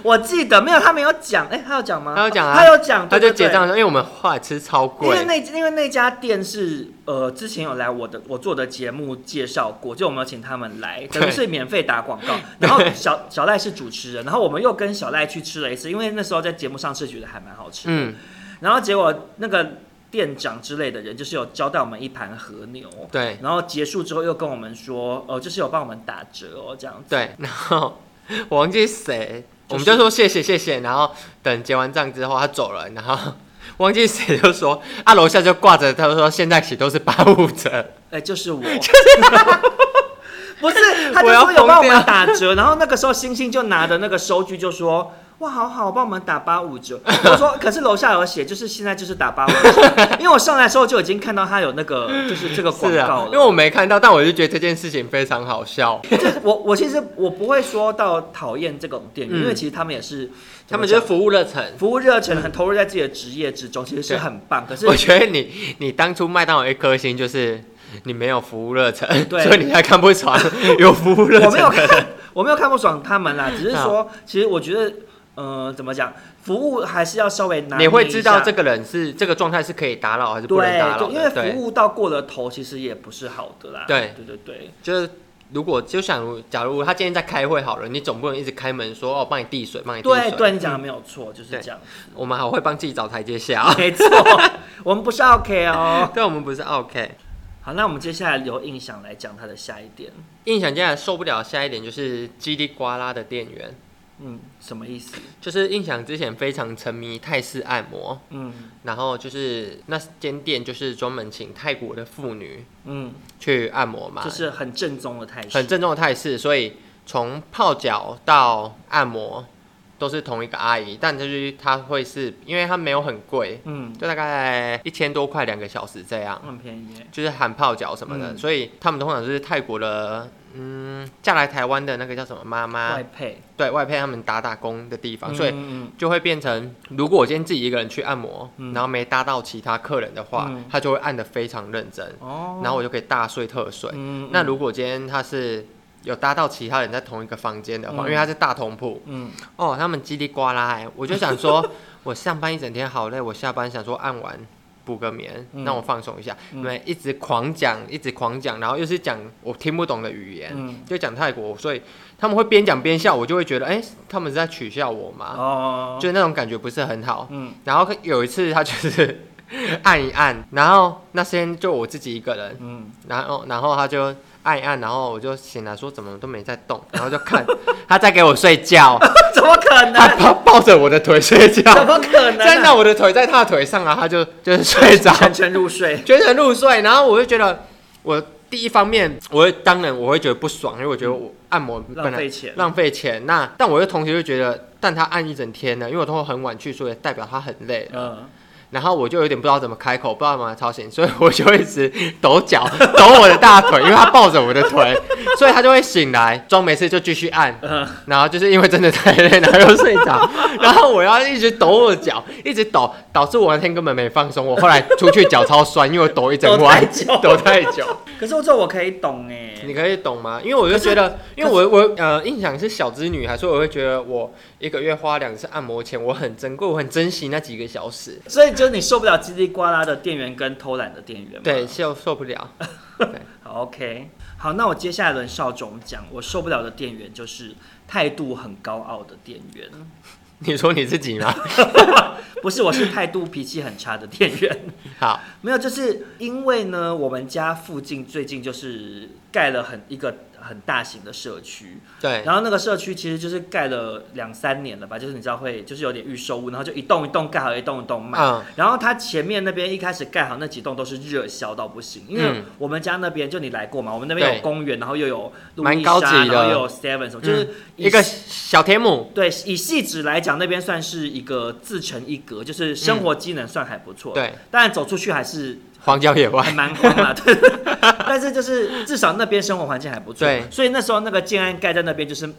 我记得没有，他没有讲，哎、他有讲吗？
他有讲啊
他有讲，
他
对
就
对对
结账的时候，因为我们后来吃超
因为
贵，
那因为那家店是呃，之前有来我的我做的节目介绍过，就我们有请他们来，等于是免费打广
(laughs)
告。然后小小赖是主持人，然后我们又跟小赖去吃了一次，因为那时候在节目上是觉得还蛮好吃的。
嗯，
然后结果那个店长之类的人就是有交代我们一盘和牛，
对
然后结束之后又跟我们说，呃，就是有帮我们打折哦，这样子。
对， (laughs) 然后我忘记谁，我们
就
就是说谢谢谢谢，然后等结完账之后他走了，然后。忘记谁就说啊，楼下就挂着，他说现在起都是八五折，
哎、就是
(laughs)
我， (laughs) 不是，他就说有帮我们打折，然后那个时候星星就拿着那个收据就说。哇，好好，帮我们打八五折。我说，可是楼下有写，就是现在就是打八五
(laughs)
折，因为我上来的时候就已经看到他有那个，就是这个广
是啊
告了。，
因为我没看到，但我就觉得这件事情非常好笑，
这我我其实我不会说到讨厌这种店员，
嗯
因为其实他们也是，怎
他
么
们
讲
就是服务热忱，
服务热忱，很投入在自己的职业之中，其实是很棒。可是
(laughs) 我觉得你你当初麦当劳一颗星就是你没有服务热忱，
对
所以你才看
(laughs)
不爽有服务热忱。
我没
(laughs)
有看，我没有看不爽他们啦，只是说，其实我觉得，呃，怎么讲，服务还是要稍微拿捏
你
一下。
会知道这个人是这个状态是可以打扰还是不能打
对，
扰
就因为
的，对，
服务到过了头，其实也不是好的啦。
对
对对对，
就是。如果就想如，假如他今天在开会好了，你总不能一直开门说哦，帮你递水，帮你递水。
对对，你讲的没有错，就是
嗯对
这样，
我们好会帮自己找台阶下、哦。
没错， (laughs) 我们不是 OK 哦。
(laughs) 对，我们不是 OK。
好，那我们接下来留印象来讲他的下一点，
印象竟然受不了下一点就是叽里呱啦的店员，
嗯，什么意思？
就是印象之前非常沉迷泰式按摩，
嗯
然后就是那间店就是专门请泰国的妇女
嗯，
去按摩嘛，
就是很正宗的泰式，
哎很正宗的泰式，所以从泡脚到按摩都是同一个阿姨，但就是她会是因为它没有很贵，
嗯，
就大概一千多块两个小时这样，
很便宜耶。
就是含泡脚什么的，
嗯
所以他们通常就是泰国的。嗯，嫁来台湾的那个叫什么妈妈
外，配，
对外配他们打打工的地方，所以
嗯嗯
就会变成，如果我今天自己一个人去按摩，
嗯
然后没搭到其他客人的话，
嗯
他就会按得非常认真，
哦，
然后我就可以大睡特睡。
嗯
那如果今天他是有搭到其他人在同一个房间的话，
嗯
因为他是大通铺
嗯
哦，他们叽里呱啦、欸，我就想说， (laughs) 我上班一整天好累，我下班想说按完补个眠，
嗯
让我放松一下，
嗯
你们一直狂讲，一直狂讲，然后又是讲我听不懂的语言，
嗯
就讲泰国，所以他们会边讲边笑，我就会觉得，哎、他们是在取笑我吗？
哦，
就是那种感觉不是很好。
嗯
然后有一次他就是 (laughs) 按一按，然后那天就我自己一个人，
嗯
然后然后他就按一按，然后我就醒来说怎么都没在动，然后就看他在给我睡觉，
(laughs) 怎么可
他
能？
抱抱着我的腿睡
怎
觉， (laughs)
么可能、啊？
真的我的腿在他的腿上，然后他就就是睡着，
沉沉入睡。
全程入睡，然后我就觉得我。第一方面，我会当然我会觉得不爽，因为我觉得我按摩本来
浪费钱
浪费钱。那但我又同时又觉得，但他按一整天呢，因为我通常很晚去，所以代表他很累了。
嗯，
然后我就有点不知道怎么开口，不知道怎么操心，所以我就一直抖脚、抖我的大腿，因为他抱着我的腿，所以他就会醒来，装没事就继续按。
嗯
然后就是因为真的太累，然后又睡着， (laughs) 然后我要一直抖我的脚，一直抖，导致我那天根本没放松。我后来出去脚超酸，因为我抖一整晚，抖
抖
太久。
可是我这我可以懂哎、
(laughs) 你可以懂吗？因为我就觉 (laughs) 得，因为我我呃印象是小资女孩，所以我会觉得我一个月花两次按摩钱，我很珍贵，我很珍惜那几个小时。
所以就是你受不了叽里呱啦的店员跟偷懒的店员嘛。
对，受受不了。
好，OK，好，那我接下来轮少总讲，我受不了的店员就是态度很高傲的店员。
你说你自己吗？ (laughs)
不是，我是态度脾气很差的店员。 (laughs)
好，
没有，就是因为呢，我们家附近最近就是盖了很一个很大型的社区，
对，
然后那个社区其实就是盖了两三年了吧，就是你知道会就是有点预售屋，然后就一栋一栋盖好，一栋一栋卖。
嗯，
然后它前面那边一开始盖好那几栋都是热销到不行，因为
嗯
我们家那边就你来过嘛，我们那边
对
有公园，然后又有路
蛮
易
高
莎
级的嗯
然后又有 Seven 什么，就是以
一个小天母，
对，以细致来讲，那边算是一个自成一格，就是生活机能算还不错。
对，
当然走出去还是
荒郊野
还
外，
蛮荒
(laughs)
啦，对。 (laughs) 但是就是至少那边生活环境还不错。
对
所以那时候那个建安盖在那边就是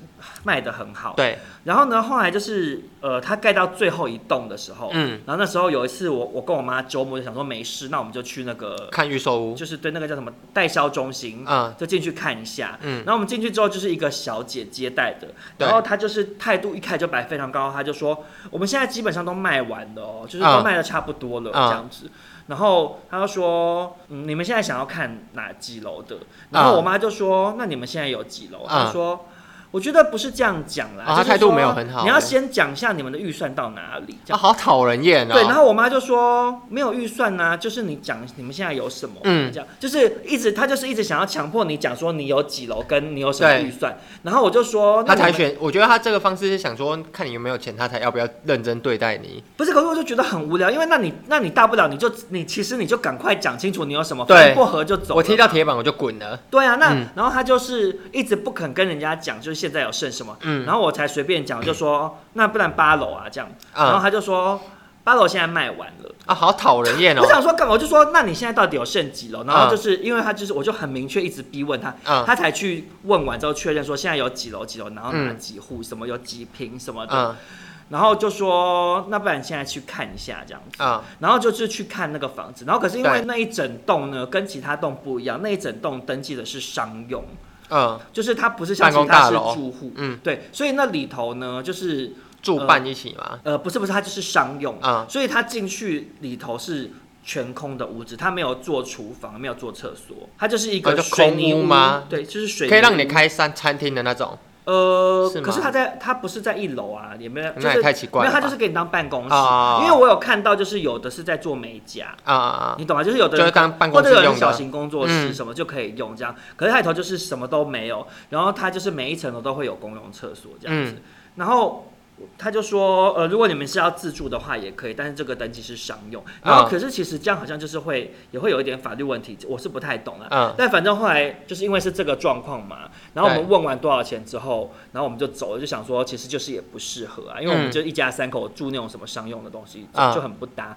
卖的很好。
对，
然后呢，后来就是呃，他盖到最后一栋的时候，
嗯，
然后那时候有一次我我跟我妈周末就想说没事，那我们就去那个
看预售屋，
就是对那个叫什么代销中心，
嗯
就进去看一下。
嗯
然后我们进去之后，就是一个小姐接待的，
对
然后她就是态度一开始就摆非常高，她就说我们现在基本上都卖完了哦，就是
嗯
都卖的差不多了、
嗯
这样子。然后她就说、嗯，你们现在想要看哪几楼的？然后我妈就说，那你们现在有几楼？她
嗯
说。我觉得不是这样讲啦，
哦她
就是
态度
说
没有很好
你要
欸
先讲一下你们的预算到哪里，这
啊，
样、
好讨人厌哦。
对，然后我妈就说没有预算呐、就是你讲你们现在有什么，
嗯
这样就是一直她就是一直想要强迫你讲说你有几楼跟你有什么
对
预算，然哦后我就说那
他
你
才
们
选，我觉得他这个方式是想说，看你有没有钱，他才要不要认真对待你。
不是，可是我就觉得很无聊，因为那你那你大不了你就你其实你就赶快讲清楚你有什么，
对
反正不合就走了嘛。
我踢到铁板我就滚了。
对啊，那、
嗯
然后他就是一直不肯跟人家讲，就是现在有剩什么，
嗯
然后我才随便讲，我就说那不然八楼啊这样，然后
啊
他就说八楼现在卖完了。
啊，好讨人厌哦
(laughs) 我。想说干嘛？我就说，那你现在到底有剩几楼？然
嗯
后就是、因为他就是，我就很明确一直逼问他，
嗯
他才去问完之后确认说现在有几楼几楼，然后哪
嗯
几户、什么有几平什么的，
嗯
然后就说那不然现在去看一下这样子。
嗯
然后就是去看那个房子，然后可是因为
对
那一整栋呢跟其他栋不一样，那一整栋登记的是商用，
嗯，
就是它不是像
办
其
公
他
大
是
楼
住户，
嗯，
对，所以那里头呢就是
住办一起嘛。
呃，不是不是，它就是商用
啊
所以它进去里头是全空的屋子，它没有做厨房，没有做厕所，它就是一
啊
个
就
水泥
空屋吗
对，就是水泥
可以让你
屋。
开三餐厅的那种
呃，
是吗
可是它在它不是在一楼啊，也没有，就
那也
是
太奇怪了
没有，它
吧
就是给你当办公室。
啊
因为我有看到，就是有的是在做美甲，
啊啊，啊
你懂吗？就是有的
就是
人
当办
或
公
者
室
有人
用
小
的。
型工作室
嗯
什么就可以用这样，可是它里头就是什么都没有，然后它就是每一层楼都会有公用厕所这
嗯
样子，然后。他就说，呃，如果你们是要自住的话也可以，但是这个登记是商用。然后，
啊
可是其实这样好像就是会也会有一点法律问题，我是不太懂啊了。
嗯
但反正后来就是因为是这个状况嘛，然后我们问完多少钱之后，然后我们就走了，就想说其实就是也不适合啊，因为我
嗯
们就一家三口住那种什么商用的东西就,、
啊
就很不搭。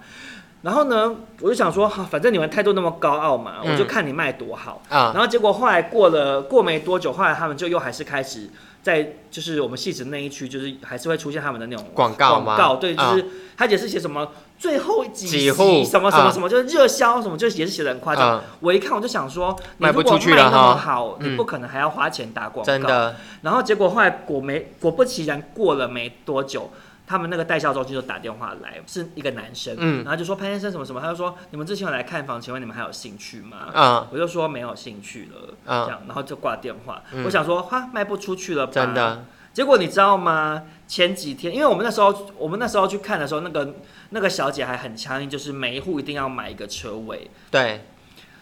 然后呢，我就想说，哈、反正你们态度那么高傲嘛，
嗯
我就看你卖多好。
啊
然后结果后来过了过没多久，后来他们就又还是开始在就是我们戏子那一区，就是还是会出现他们的那种
广告
广
吗
告对，就
啊
是他也是写什么最后几
几
席
户
什么什
啊
么什么，就是热销什么，就是也是写的很夸张
啊。
我一看我就想说，你
卖
如
不
果
出去了
卖那么
哈
好，
嗯
你不可能还要花钱打广告，
真。的
然后结果后来果没果不其然，过了没多久，他们那个代销中心就打电话来，是一个男生，
嗯
然后就说潘先生什么什么，他就说你们之前有来看房，请问你们还有兴趣吗？
啊
我就说没有兴趣了，
嗯
这样，然后就挂电话。
嗯
我想说哈卖不出去了吧？
真。的
结果你知道吗？前几天，因为我们那时候我们那时候去看的时候，那个那个小姐还很强硬，就是每一户一定要买一个车位。
对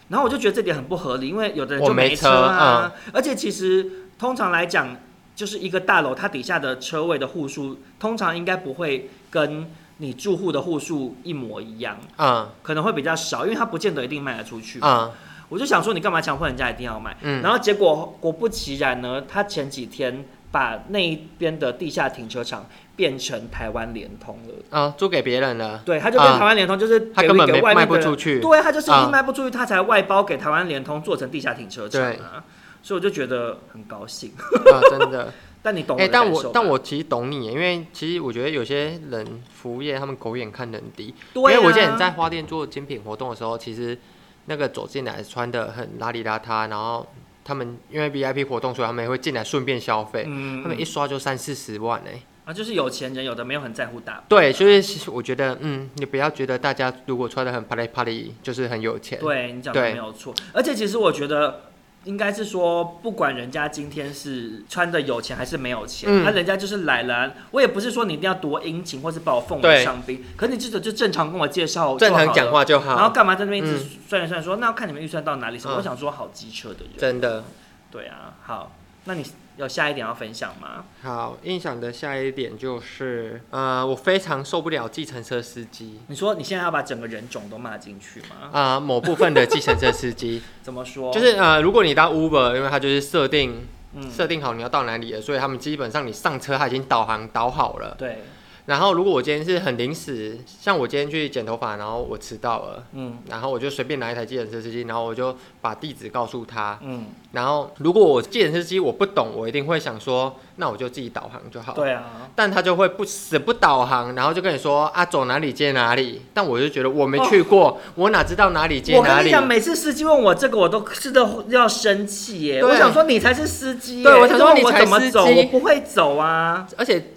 然后我就觉得这点很不合理，因为有的人
我
就
没嗯
车啊，而且其实通常来讲，就是一个大楼它底下的车位的户数，通常应该不会跟你住户的户数一模一样，
啊
可能会比较少，因为它不见得一定卖得出去。
啊
我就想说，你干嘛强迫人家一定要买？
嗯
然后结果果不其然呢，他前几天把那一边的地下停车场变成台湾联通了。
啊，租给别人
(laughs)
了。
对，他就跟
啊
台湾联通就是
他
给
根本
给
没
外面
卖不
的人
出去
对他就是因
啊
为卖不出去，他才外包给台湾联通做成地下停车场
对
啊。所以我就觉得很高兴，
啊，真的。
但你懂
哎、
我的
但
感
我
受吧、
但我其实懂你耶，因为其实我觉得有些人服务业他们狗眼看人低，
对、啊，
因为我之前在花店做精品活动的时候，其实那个走进来穿的很邋里邋遢，然后他们因为 VIP 活动，所以他们也会进来顺便消费，
嗯，
他们一刷就三四十万哎、
啊，就是有钱人有的没有很在乎打扮，
对，就是其实我觉得，嗯，你不要觉得大家如果穿的很啪里啪里，就是很有钱。
对你讲的
对
没有错。而且其实我觉得应该是说，不管人家今天是穿的有钱还是没有钱，
嗯
那、人家就是来了。我也不是说你一定要多殷勤，或是把我奉
对
为上宾，可你至少就正常跟我介绍，
正常讲，话就
然后
好，
干嘛在那边一直
嗯
算一算说，那要看你们预算到哪里什么？
嗯
我想说，好机车的人，
真的
对啊，好，那你有下一点要分享吗？
好。印象的下一点就是，呃，我非常受不了计程车司机
你说你现在要把整个人种都骂进去吗？
啊、某部分的计程车司机，
怎么说？
就是呃，如果你搭 Uber，因为它就是设定
嗯，
设定好你要到哪里了，所以他们基本上你上车它已经导航导好了。
对，
然后如果我今天是很临时，像我今天去剪头发，然后我迟到了，
嗯
然后我就随便拿一台计程车司机，然后我就把地址告诉他。
嗯，
然后如果我计程车司机我不懂，我一定会想说，那我就自己导航就好。
对啊，
但他就会不死不导航，然后就跟你说啊，走哪里接哪里。但我就觉得我没去过，我哪知道哪里接
我
哪
跟你
里？
讲，每次司机问我这个，我都是都要生气耶。
对
我想说你才是司机耶，
对我想说
他
你
问我
才
怎么
司
走，
机
我不会走啊。
而且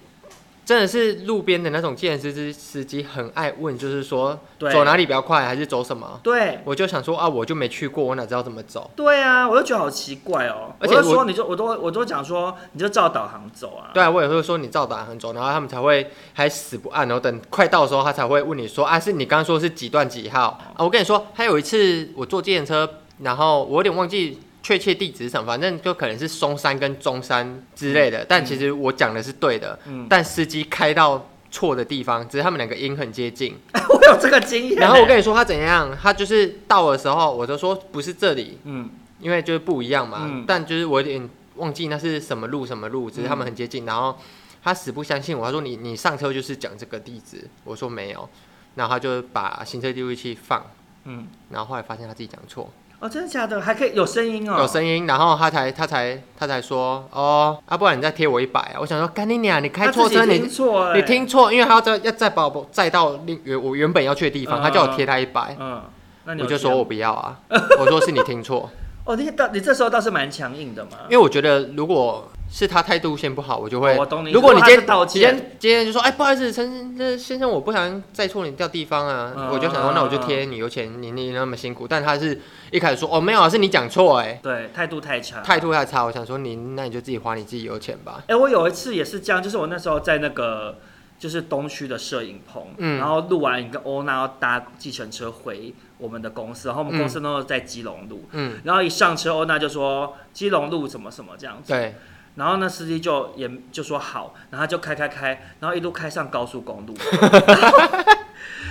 真的是路边的那种计程车司司机很爱问，就是说
对
走哪里比较快，还是走什么？
对
我就想说啊，我就没去过，我哪知道怎么走？
对啊，我就觉得好奇怪哦。
而且
我就
我
说你就我都我都讲说你就照导航走啊。
对啊，我也会说你照导航走，然后他们才会还死不按，然后等快到的时候，他才会问你说啊，是你刚刚说是几段几号啊？我跟你说，还有一次我坐计程车，然后我有点忘记确切地址是什么，反正就可能是松山跟中山之类的，但其实我讲的是对的，
嗯
但司机开到错的地方，只是他们两个音很接近。
(laughs) 我有这个经验。
(laughs) 然后我跟你说他怎样，他就是到的时候，我就说不是这里，
嗯
因为就是不一样嘛。
嗯
但就是我有点忘记那是什么路什么路，只是他们很接近。然后他死不相信我，他说你你上车就是讲这个地址，我说没有，然后他就把行车记录器放，
嗯，
然后后来发现他自己讲错，
哦，真的假的？还可以有声音哦。
有声音，然后他才他才他才说哦，啊不然你再贴我一百啊，我想说干你娘，你开
他
错
自己
车你
听错哎
你听错，因为他要再要再把我载到另原我原本要去的地方，
嗯
他叫我贴他一百。
嗯，那你
我
有
就
这样
说我不要啊， (laughs) 我说是你听错，
哦，你到你这时候倒是蛮强硬的嘛
因。为我觉得如果是他态度先不好，我就会。
哦我懂你
如果你
如果他
今
是
天
道
今天
歉
今天就说，哎，不好意思，陈这先生，我不想载错你掉地方啊，
嗯
我就想说，那我就贴你油钱，你你那么辛苦，但他是一开始说，哦，没有啊，是你讲错哎，
对，态度太差。
态度太差，我想说你那你就自己花你自己油钱吧。
哎、我有一次也是这样，就是我那时候在那个就是东区的摄影棚，
嗯
然后录完一个欧娜要搭计程车回我们的公司，然后我们公司那时候在基隆路，
嗯，
然后一上车欧娜就说基隆路什么什么这样子，
对，
然后那司机就也就说好，然后他就开开开，然后一路开上高速
(laughs)
公路。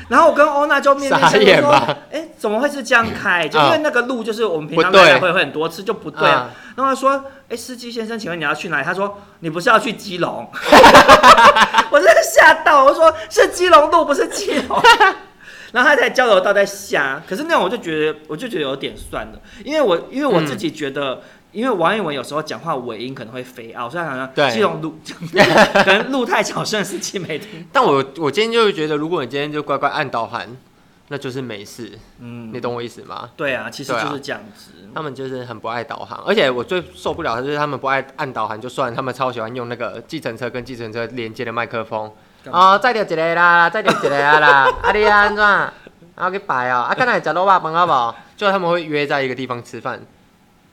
然后我跟欧娜就面面相
傻
觑
眼
说
吧：“
哎，怎么会是这样开？就因为那个路就是我们平常
不对
来来回回很多次，就不对
嗯
啊。然后他说：“哎，司机先生，请问你要去哪里？”他说：“你不是要去基隆？” (laughs) 我真的吓到，我说：“是基隆路，不是基隆。”然后他在交流道在下，可是那样我就觉得，我就觉得有点算了，因为我因为我自己觉得，因为王一文有时候讲话尾音可能会飞啊，所以他好
对
像基隆路 (laughs) 可能路太小声，司机没听。
但我我今天就是觉得，如果你今天就乖乖按导航，那就是没事，
嗯，
你懂我意思吗？
对啊，其实
对啊
就是这样子。
他们就是很不爱导航，而且我最受不了的就是他们不爱按导航，就算他们超喜欢用那个计程车跟计程车连接的麦克风。
干嘛
哦，再掉一个啦，再掉一个啊啦， (laughs) 啊你安怎？然后去摆哦，啊刚才食卤肉饭好
(laughs)
不好？就他们会约在一个地方吃饭，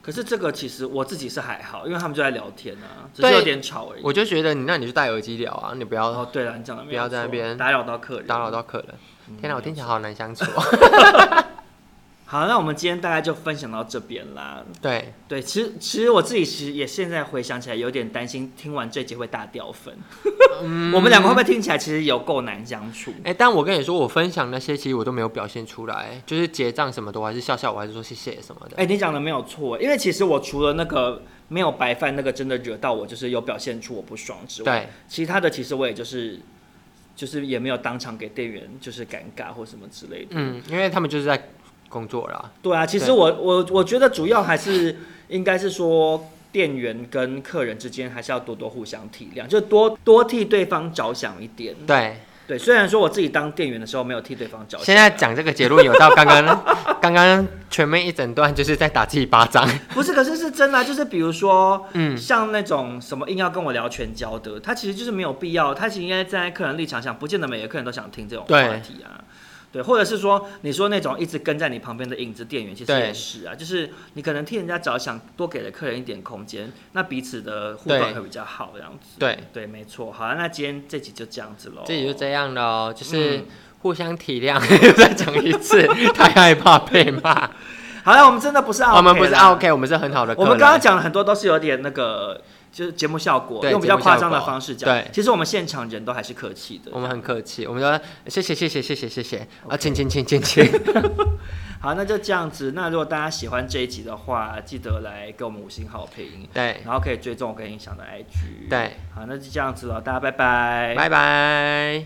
可是这个其实我自己是还好，因为他们就在聊天啊，只
对
是有点吵而已。
我就觉得你那你就戴耳机聊啊，你不要
哦，对了，你讲的没有
不要在那
错
边
打扰到客人，
打扰。到客人。
嗯
天哪，我听起来好难相处。哦
(laughs) 好，那我们今天大概就分享到这边啦。
对，
对，其实其实我自己其实也现在回想起来，有点担心听完这集会大掉分。(laughs)
嗯
我们两个会不会听起来其实有够难相处？
哎、但我跟你说，我分享那些其实我都没有表现出来，就是结账什么的，我还是笑笑，我还是说谢谢什么的。
哎、你讲的没有错，因为其实我除了那个没有白饭那个真的惹到我，就是有表现出我不爽之外，
对，
其他的其实我也就是就是也没有当场给店员就是尴尬或什么之类的。
嗯，因为他们就是在工作啦。
对啊，其实
对
我我我觉得主要还是应该是说。店员跟客人之间还是要多多互相体谅，就多多替对方着想一点。
对，
对，虽然说我自己当店员的时候没有替对方着想啊，
现在讲这个结论有到刚刚刚刚全面一整段就是在打自己巴掌。
不是，可是是
(laughs)
真的啊、就是比如说，
嗯
像那种什么硬要跟我聊全交的，他其实就是没有必要，他其实应该站在客人立场想，不见得每个客人都想听这种
对
话题啊。对，或者是说你说那种一直跟在你旁边的影子店员，其实
对
也是啊，就是你可能替人家着想，多给了客人一点空间，那彼此的互
对
动会比较好，这样子。
对，
对，没错。好、啊，那今天这集就这样子喽。
这也就这样喽，就是
嗯
互相体谅。 (laughs) 再讲一次，太害怕被 (laughs) 骂。
好了，我们真的不是 OK，
我们不是啊
啦
OK，我们是很好的客
我
人。
们刚刚讲了很多都是有点那个，就是节目效果，
对
用比较夸张
节目效
的
果
方式讲。
对
其实我们现场人都还是客气的
我。们很客气，我们说谢谢谢谢谢谢谢谢啊，亲亲亲亲亲。
好，那就这样子。那如果大家喜欢这一集的话，记得来给我们五星好评，
对
然后可以追踪我跟影响的 IG。
对，
好，那就这样子了，大家拜拜，
拜拜。